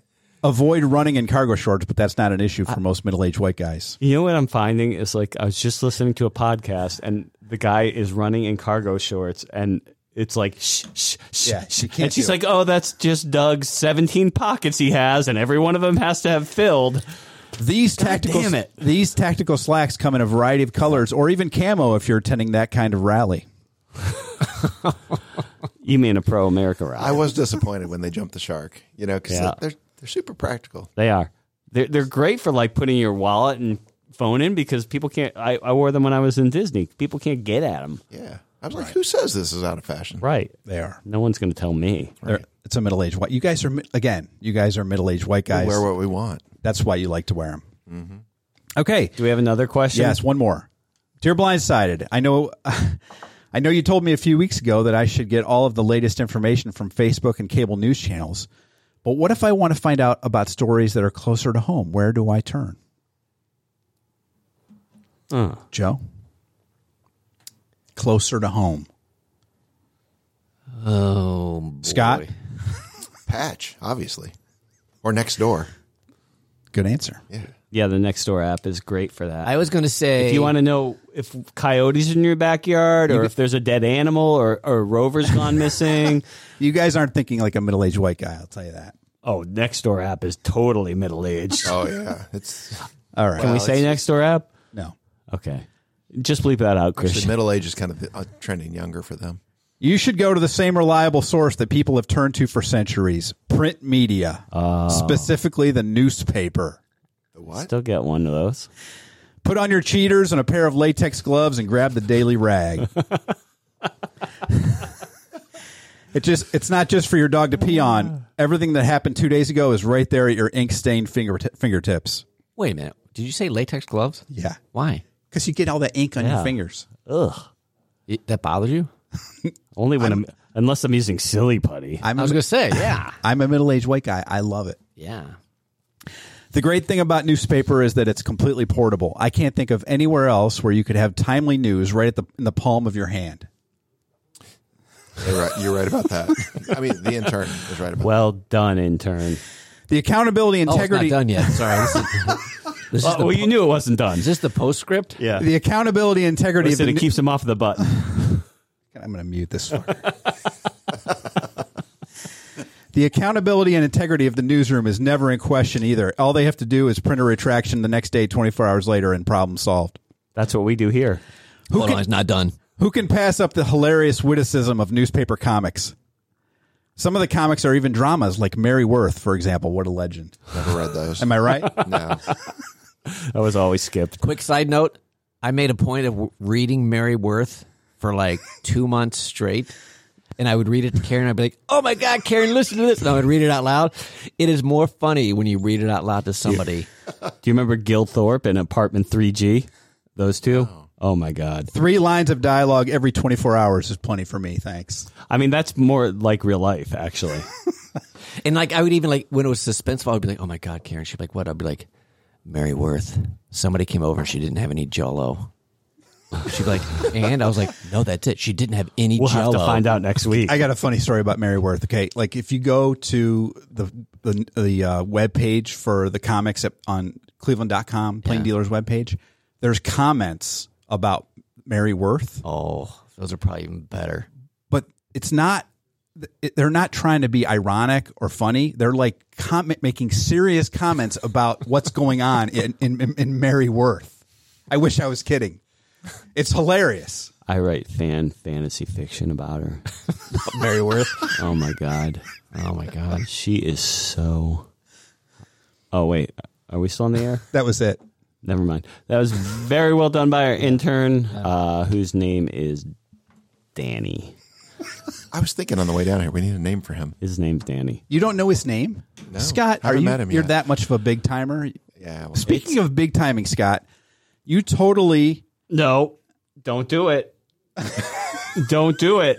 D: avoid running in cargo shorts, but that's not an issue for most middle-aged white guys.
A: You know what I'm finding is like I was just listening to a podcast and the guy is running in cargo shorts and it's like shh shh shh.
D: Yeah,
A: shh.
D: you can't
A: and she's
D: do
A: like, "Oh, that's just Doug's 17 pockets he has, and every one of them has to have filled."
D: These tactical
A: damn it.
D: these tactical slacks come in a variety of colors or even camo if you're attending that kind of rally.
A: You mean a pro America rally?
C: I was disappointed when they jumped the shark. You know, because
A: Yeah.
C: they're they're super practical.
A: They are. They're, they're great for like putting your wallet and phone in because people can't. I, I wore them when I was in Disney. People can't get at them.
C: Yeah, I was like, who says this is out of fashion?
A: Right.
D: They are.
A: No one's going to tell me.
D: They're- It's a middle-aged white. You guys are mi- again. You guys are middle-aged white
C: We
D: guys.
C: wear what Mm-hmm. we want.
D: That's why you like to wear them. Okay.
A: Do we have another question?
D: Yes, one more. Dear Blindsided, I know, I know you told me a few weeks ago that I should get all of the latest information from Facebook and cable news channels. But what if I want to find out about stories that are closer to home? Where do I turn? Joe, closer to home.
B: Oh boy.
D: Scott,
C: Patch, obviously, or next door.
D: good answer.
C: Yeah,
A: Yeah, the Nextdoor app is great for that.
B: I was going to say
A: if you want to know if coyotes in your backyard or if there's a dead animal or, or rover's gone missing.
D: You guys aren't thinking like a middle aged white guy. I'll tell you that.
A: Oh, Nextdoor app is totally middle aged.
C: Oh yeah, it's
D: All right.
A: Can we say Nextdoor app?
D: no.
A: Okay. Just bleep that out,
C: actually,
A: Christian.
C: middle age is kind of the, uh, trending younger for them.
D: You should go to the same reliable source that people have turned to for centuries print media,
B: Oh.
D: specifically the newspaper.
C: The what?
A: Still get one of those.
D: Put on your cheaters and a pair of latex gloves and grab the daily rag. it just it's not just for your dog to pee on. Everything that happened 2 days ago is right there at your ink-stained finger fingertips.
B: Wait a minute. Did you say latex gloves?
D: Yeah.
B: Why?
D: Cuz you get all that ink on
A: Yeah.
D: your fingers.
A: Ugh.
B: It- that bothers you?
A: Only when I'm, unless I'm using silly putty.
D: I'm
B: I was going to say, yeah.
D: I'm a middle-aged white guy. I love it.
B: yeah. Oh,
D: The great thing about newspaper is that it's completely portable. I can't think of anywhere else where you could have timely news right at the in the palm of your hand.
C: You're right, you're right about that. I mean, the intern is right about.
A: well done, intern.
D: The accountability
B: Oh, it's not
D: integrity
B: done yet. Sorry. This is, this is,
A: Oh,
B: the,
A: well, you knew it wasn't done.
B: is this Uh, the postscript?
A: Yeah.
D: the accountability integrity
A: Listen,
D: of
A: it
D: the
A: keeps him off the button.
D: I'm going to mute this one. the accountability and integrity of the newsroom is never in question either. All they have to do is print a retraction the next day 24 hours later and problem solved.
A: That's what we do here.
B: Hold on. It's not done.
D: Who can pass up the hilarious witticism of newspaper comics? Some of the comics are even dramas like Mary Worth, for example, what a legend.
C: Never read those.
D: Am I right?
C: No.
A: That was always skipped.
B: Quick side note I made a point of w- reading Mary Worth for like two months straight. And I would read it to Karen. I'd be like, oh my God, Karen, listen to this. And I would read it out loud. It is more funny when you read it out loud to somebody.
A: Do you remember Gil Thorpe and Apartment 3G? Those two? Oh my God.
D: Three lines of dialogue every 24 hours is plenty for me. Thanks.
A: I mean, that's more like real life, actually.
B: And like I would even like when it was suspenseful, I would be like, "Oh my god, Karen!" She'd be like, "What?" I'd be like, "Mary Worth." Somebody came over and she didn't have any Jello. She'd be like, "And?" I was like, "No, that's it. She didn't have any
A: We'll
B: Jello."
A: have to find out next week.
D: I got a funny story about Mary Worth. Okay, like if you go to the the, the uh, web page for the comics at, on cleveland.com, Plain Dealers webpage, there's comments about Mary Worth,
B: Oh, those are probably even better.
D: but it's not it- they're not trying to be ironic or funny. They're like comment making serious comments about what's going on in, in in Mary Worth. I wish I was kidding. It's hilarious.
A: I write fan fantasy fiction about her.
C: Mary Worth.
A: Oh my God.
B: Oh my god,
A: She is so. Oh, wait. Are we still on the air?
D: That was it.
A: Never mind. That was very well done by our intern, uh, whose name is Danny.
C: I was thinking on the way down here, we need a name for him.
A: His name's Danny.
D: You don't know his name,
C: No,
D: Scott? Are
C: haven't
D: you?
C: met him
D: you're
C: yet.
D: that much of a big timer.
C: Yeah. Well,
D: Speaking of big timing, Scott, you totally
A: No, don't do it. don't do it.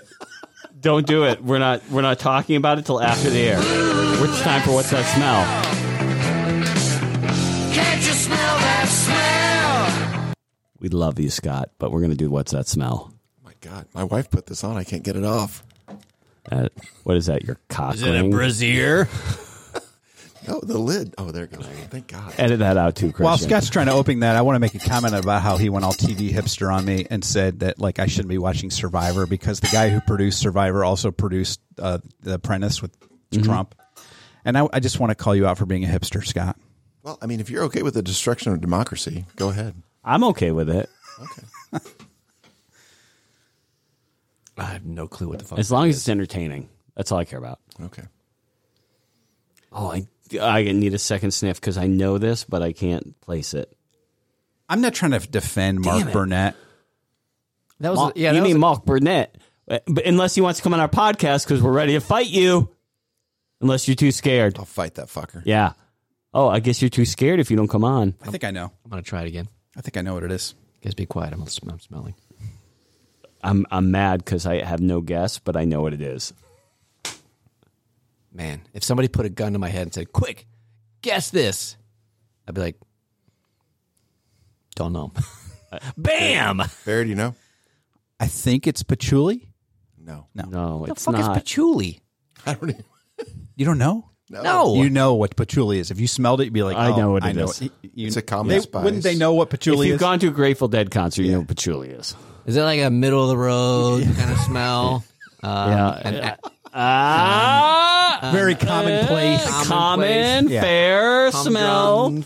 A: Don't do it. We're not. We're not talking about it till after the air. It's time for what's that smell?
E: Can't you smell that smell?
A: We love you, Scott, but we're gonna do what's that smell?
C: my God, my wife put this on. I can't get it off.
A: Uh, what is that? Your cock ring?
B: brazier?
C: Oh, the lid. Oh, there it goes. Thank God.
A: Edit that out too, Christian.
D: While Scott's trying to open that, I want to make a comment about how he went all TV hipster on me and said that like I shouldn't be watching Survivor because the guy who produced Survivor also produced uh, The Apprentice with Trump. And I, I just want to call you out for being a hipster, Scott.
C: Well, I mean, if you're okay with the destruction of democracy, go ahead.
A: I'm okay with it
C: Okay.
B: I have no clue what the fuck.
A: as long as it's entertaining. That's all I care about.
C: Okay.
A: Oh, I I need a second sniff because I know this, but I can't place it.
D: I'm not trying to defend Mark Burnett.
B: that was
A: Mal-
B: yeah.
A: you
B: That was,
A: mean Mark Burnett? But but unless he wants to come on our podcast because we're ready to fight you. Unless you're too scared.
C: I'll fight that fucker.
A: Yeah. Oh, I guess you're too scared if you don't come on.
D: I think I know.
B: I'm gonna try it again.
D: I think I know what it is.
B: Guys, be quiet. I'm, I'm smelling.
A: I'm I'm mad because I have no guess, but I know what it is.
B: Man, if somebody put a gun to my head and said, "Quick, guess this," I'd be like, "Don't know." Bam!
C: Barry, do you know?
D: I think it's patchouli.
C: No.
A: No,
B: The
A: it's
B: fuck is
A: not.
B: patchouli?
C: I don't even.
D: You don't know?
B: No.
D: You know what patchouli is. If you smelled it, you'd be like,
A: I
D: oh,
A: know what
D: I
A: it
D: know
A: is.
D: it. You-
C: It's a common
D: they,
C: spice.
D: Wouldn't they know what
A: If
D: patchouli
A: you've
D: is?
A: gone to a Grateful Dead concert, you know what patchouli is.
B: Is it like a middle of the road kind of smell? Um,
A: Yeah.
B: and a-
A: Ah,
D: Very
A: uh,
D: commonplace.
B: commonplace.
A: common,
D: Yeah.
A: fair smell. Uh,
B: humdrum.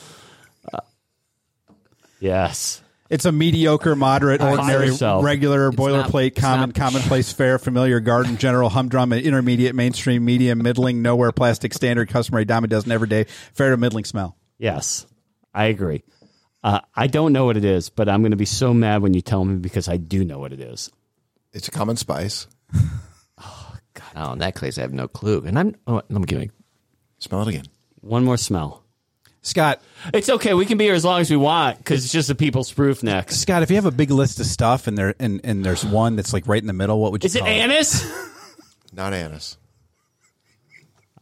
A: Yes.
D: It's a mediocre, moderate, ordinary,
A: yourself.
D: regular,
B: not-
D: boilerplate,
B: it's
D: common,
B: not-
D: commonplace, fair, familiar, garden, general, humdrum, and intermediate, mainstream, medium, middling, nowhere, plastic, standard, customary, dime a dozen, everyday, fair to middling smell.
A: Yes, I agree. Uh, I don't know what it is, but I'm going to be so mad when you tell me because I do know what it is.
C: It's a common spice.
B: Oh, in that case, I have no clue. And I'm, oh, let me give you
C: Smell it again.
A: One more smell.
D: Scott,
A: It's okay. We can be here as long as we want because it's just the people's proof next.
D: Scott, if you have a big list of stuff and there and, and there's one that's like right in the middle, what would you
A: Is it
D: call
A: anise?
C: Not anise.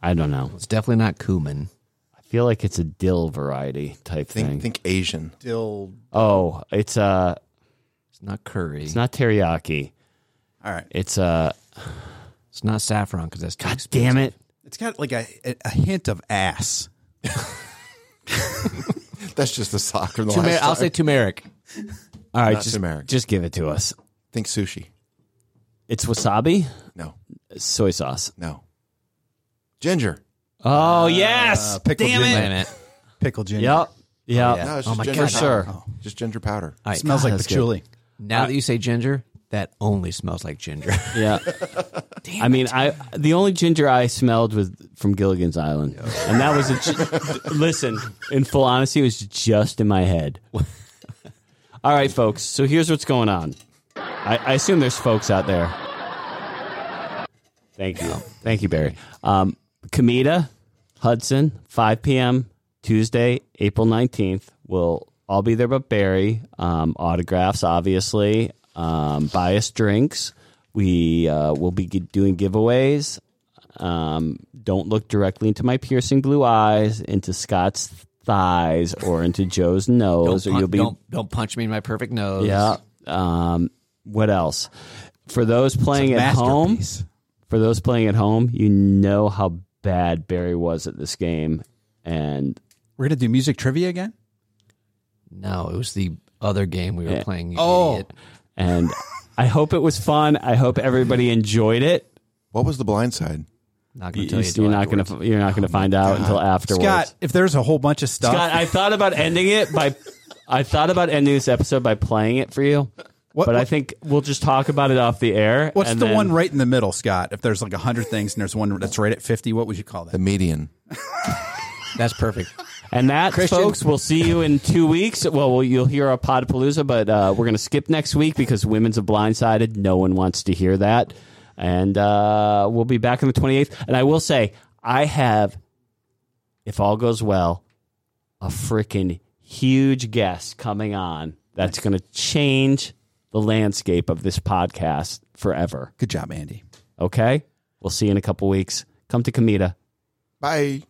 A: I don't know.
B: It's definitely not cumin.
A: I feel like it's a dill variety type
C: Think
A: thing.
C: think Asian.
D: Dill.
A: Oh, it's uh,
B: It's not curry. It's
A: it's not
B: not,
A: teriyaki.
D: All right.
A: It's uh,
B: saffron because that's too
A: God
B: expensive.
A: damn it.
D: It's got like a, a, a hint of ass.
C: That's just the soccer. The
B: Tumer-
C: last
B: I'll
C: time.
B: say turmeric.
A: All right,
C: Not
A: just
C: turmeric.
A: just give it to us.
C: think sushi.
A: It's wasabi,
C: No,
A: soy sauce.
C: no. Ginger.
A: Oh
C: Uh,
A: yes,
D: Uh, pickled
A: damn
D: ginger.
B: Wait
A: it.
B: a minute.
D: Pickled ginger.
A: Yep, yep.
B: Yeah.
C: No, it's
B: Oh
C: just
B: my
C: ginger
B: God.
C: powder.
A: For sure.
C: Just ginger powder.
B: All right,
D: It smells
B: God,
D: like
B: that's good.
D: patchouli.
B: Now that you say ginger, that only smells like ginger.
A: Yeah. I mean, I the only ginger I smelled was from Gilligan's Island, and that was a gi- listen. In full honesty, it was just in my head. All right, folks. So here's what's going on. I, I assume there's folks out there. Thank you, thank you, Barry. Um, Kamita Hudson, 5 p.m. Tuesday, April 19th. We'll all be there, but Barry. Um, autographs, obviously. Um, biased drinks. We uh, will be g- doing giveaways. Um, don't look directly into my piercing blue eyes, into Scott's thighs, or into Joe's
B: Don't,
A: nose, or
B: punch-
A: you'll be
B: don't, don't punch me in my perfect nose.
A: yeah. Um, what else? For those playing at home,
D: Masterpiece.
A: for those playing at home, you know how bad Barry was at this game, and
D: We're gonna do music trivia again.
B: No, it was the other game we were playing. You
D: Oh.
B: idiot.
A: and I hope it was fun. I hope everybody enjoyed it.
C: What was the blind side?
B: Not
A: You,
B: going to tell you. till
A: are not going
B: afterwards.
A: to you're not going to find out until afterwards.
D: Oh Scott, if there's a whole bunch of stuff,
A: Scott, I thought about ending it by. I thought about ending this episode by playing it for you,
D: What-
A: but I
D: what-
A: think we'll just talk about it off the air.
D: what's
A: and
D: the
A: then-
D: one right in the middle, Scott? If there's like a hundred things and there's one that's right at fifty, what would you call
C: The
D: that?
C: median.
B: That's perfect.
A: And that,
B: Christian-
A: folks, we'll see you in two weeks. Well, well you'll hear our Podpalooza, but uh, we're going to skip next week because Women's of Blindsided. No one wants to hear that. And uh, we'll be back on the 28th. And I will say, I have, if all goes well, a freaking huge guest coming on that's going to change the landscape of this podcast forever.
D: Good job, Andy.
A: Okay? We'll see you in a couple weeks. Come to Kamita.
C: Bye.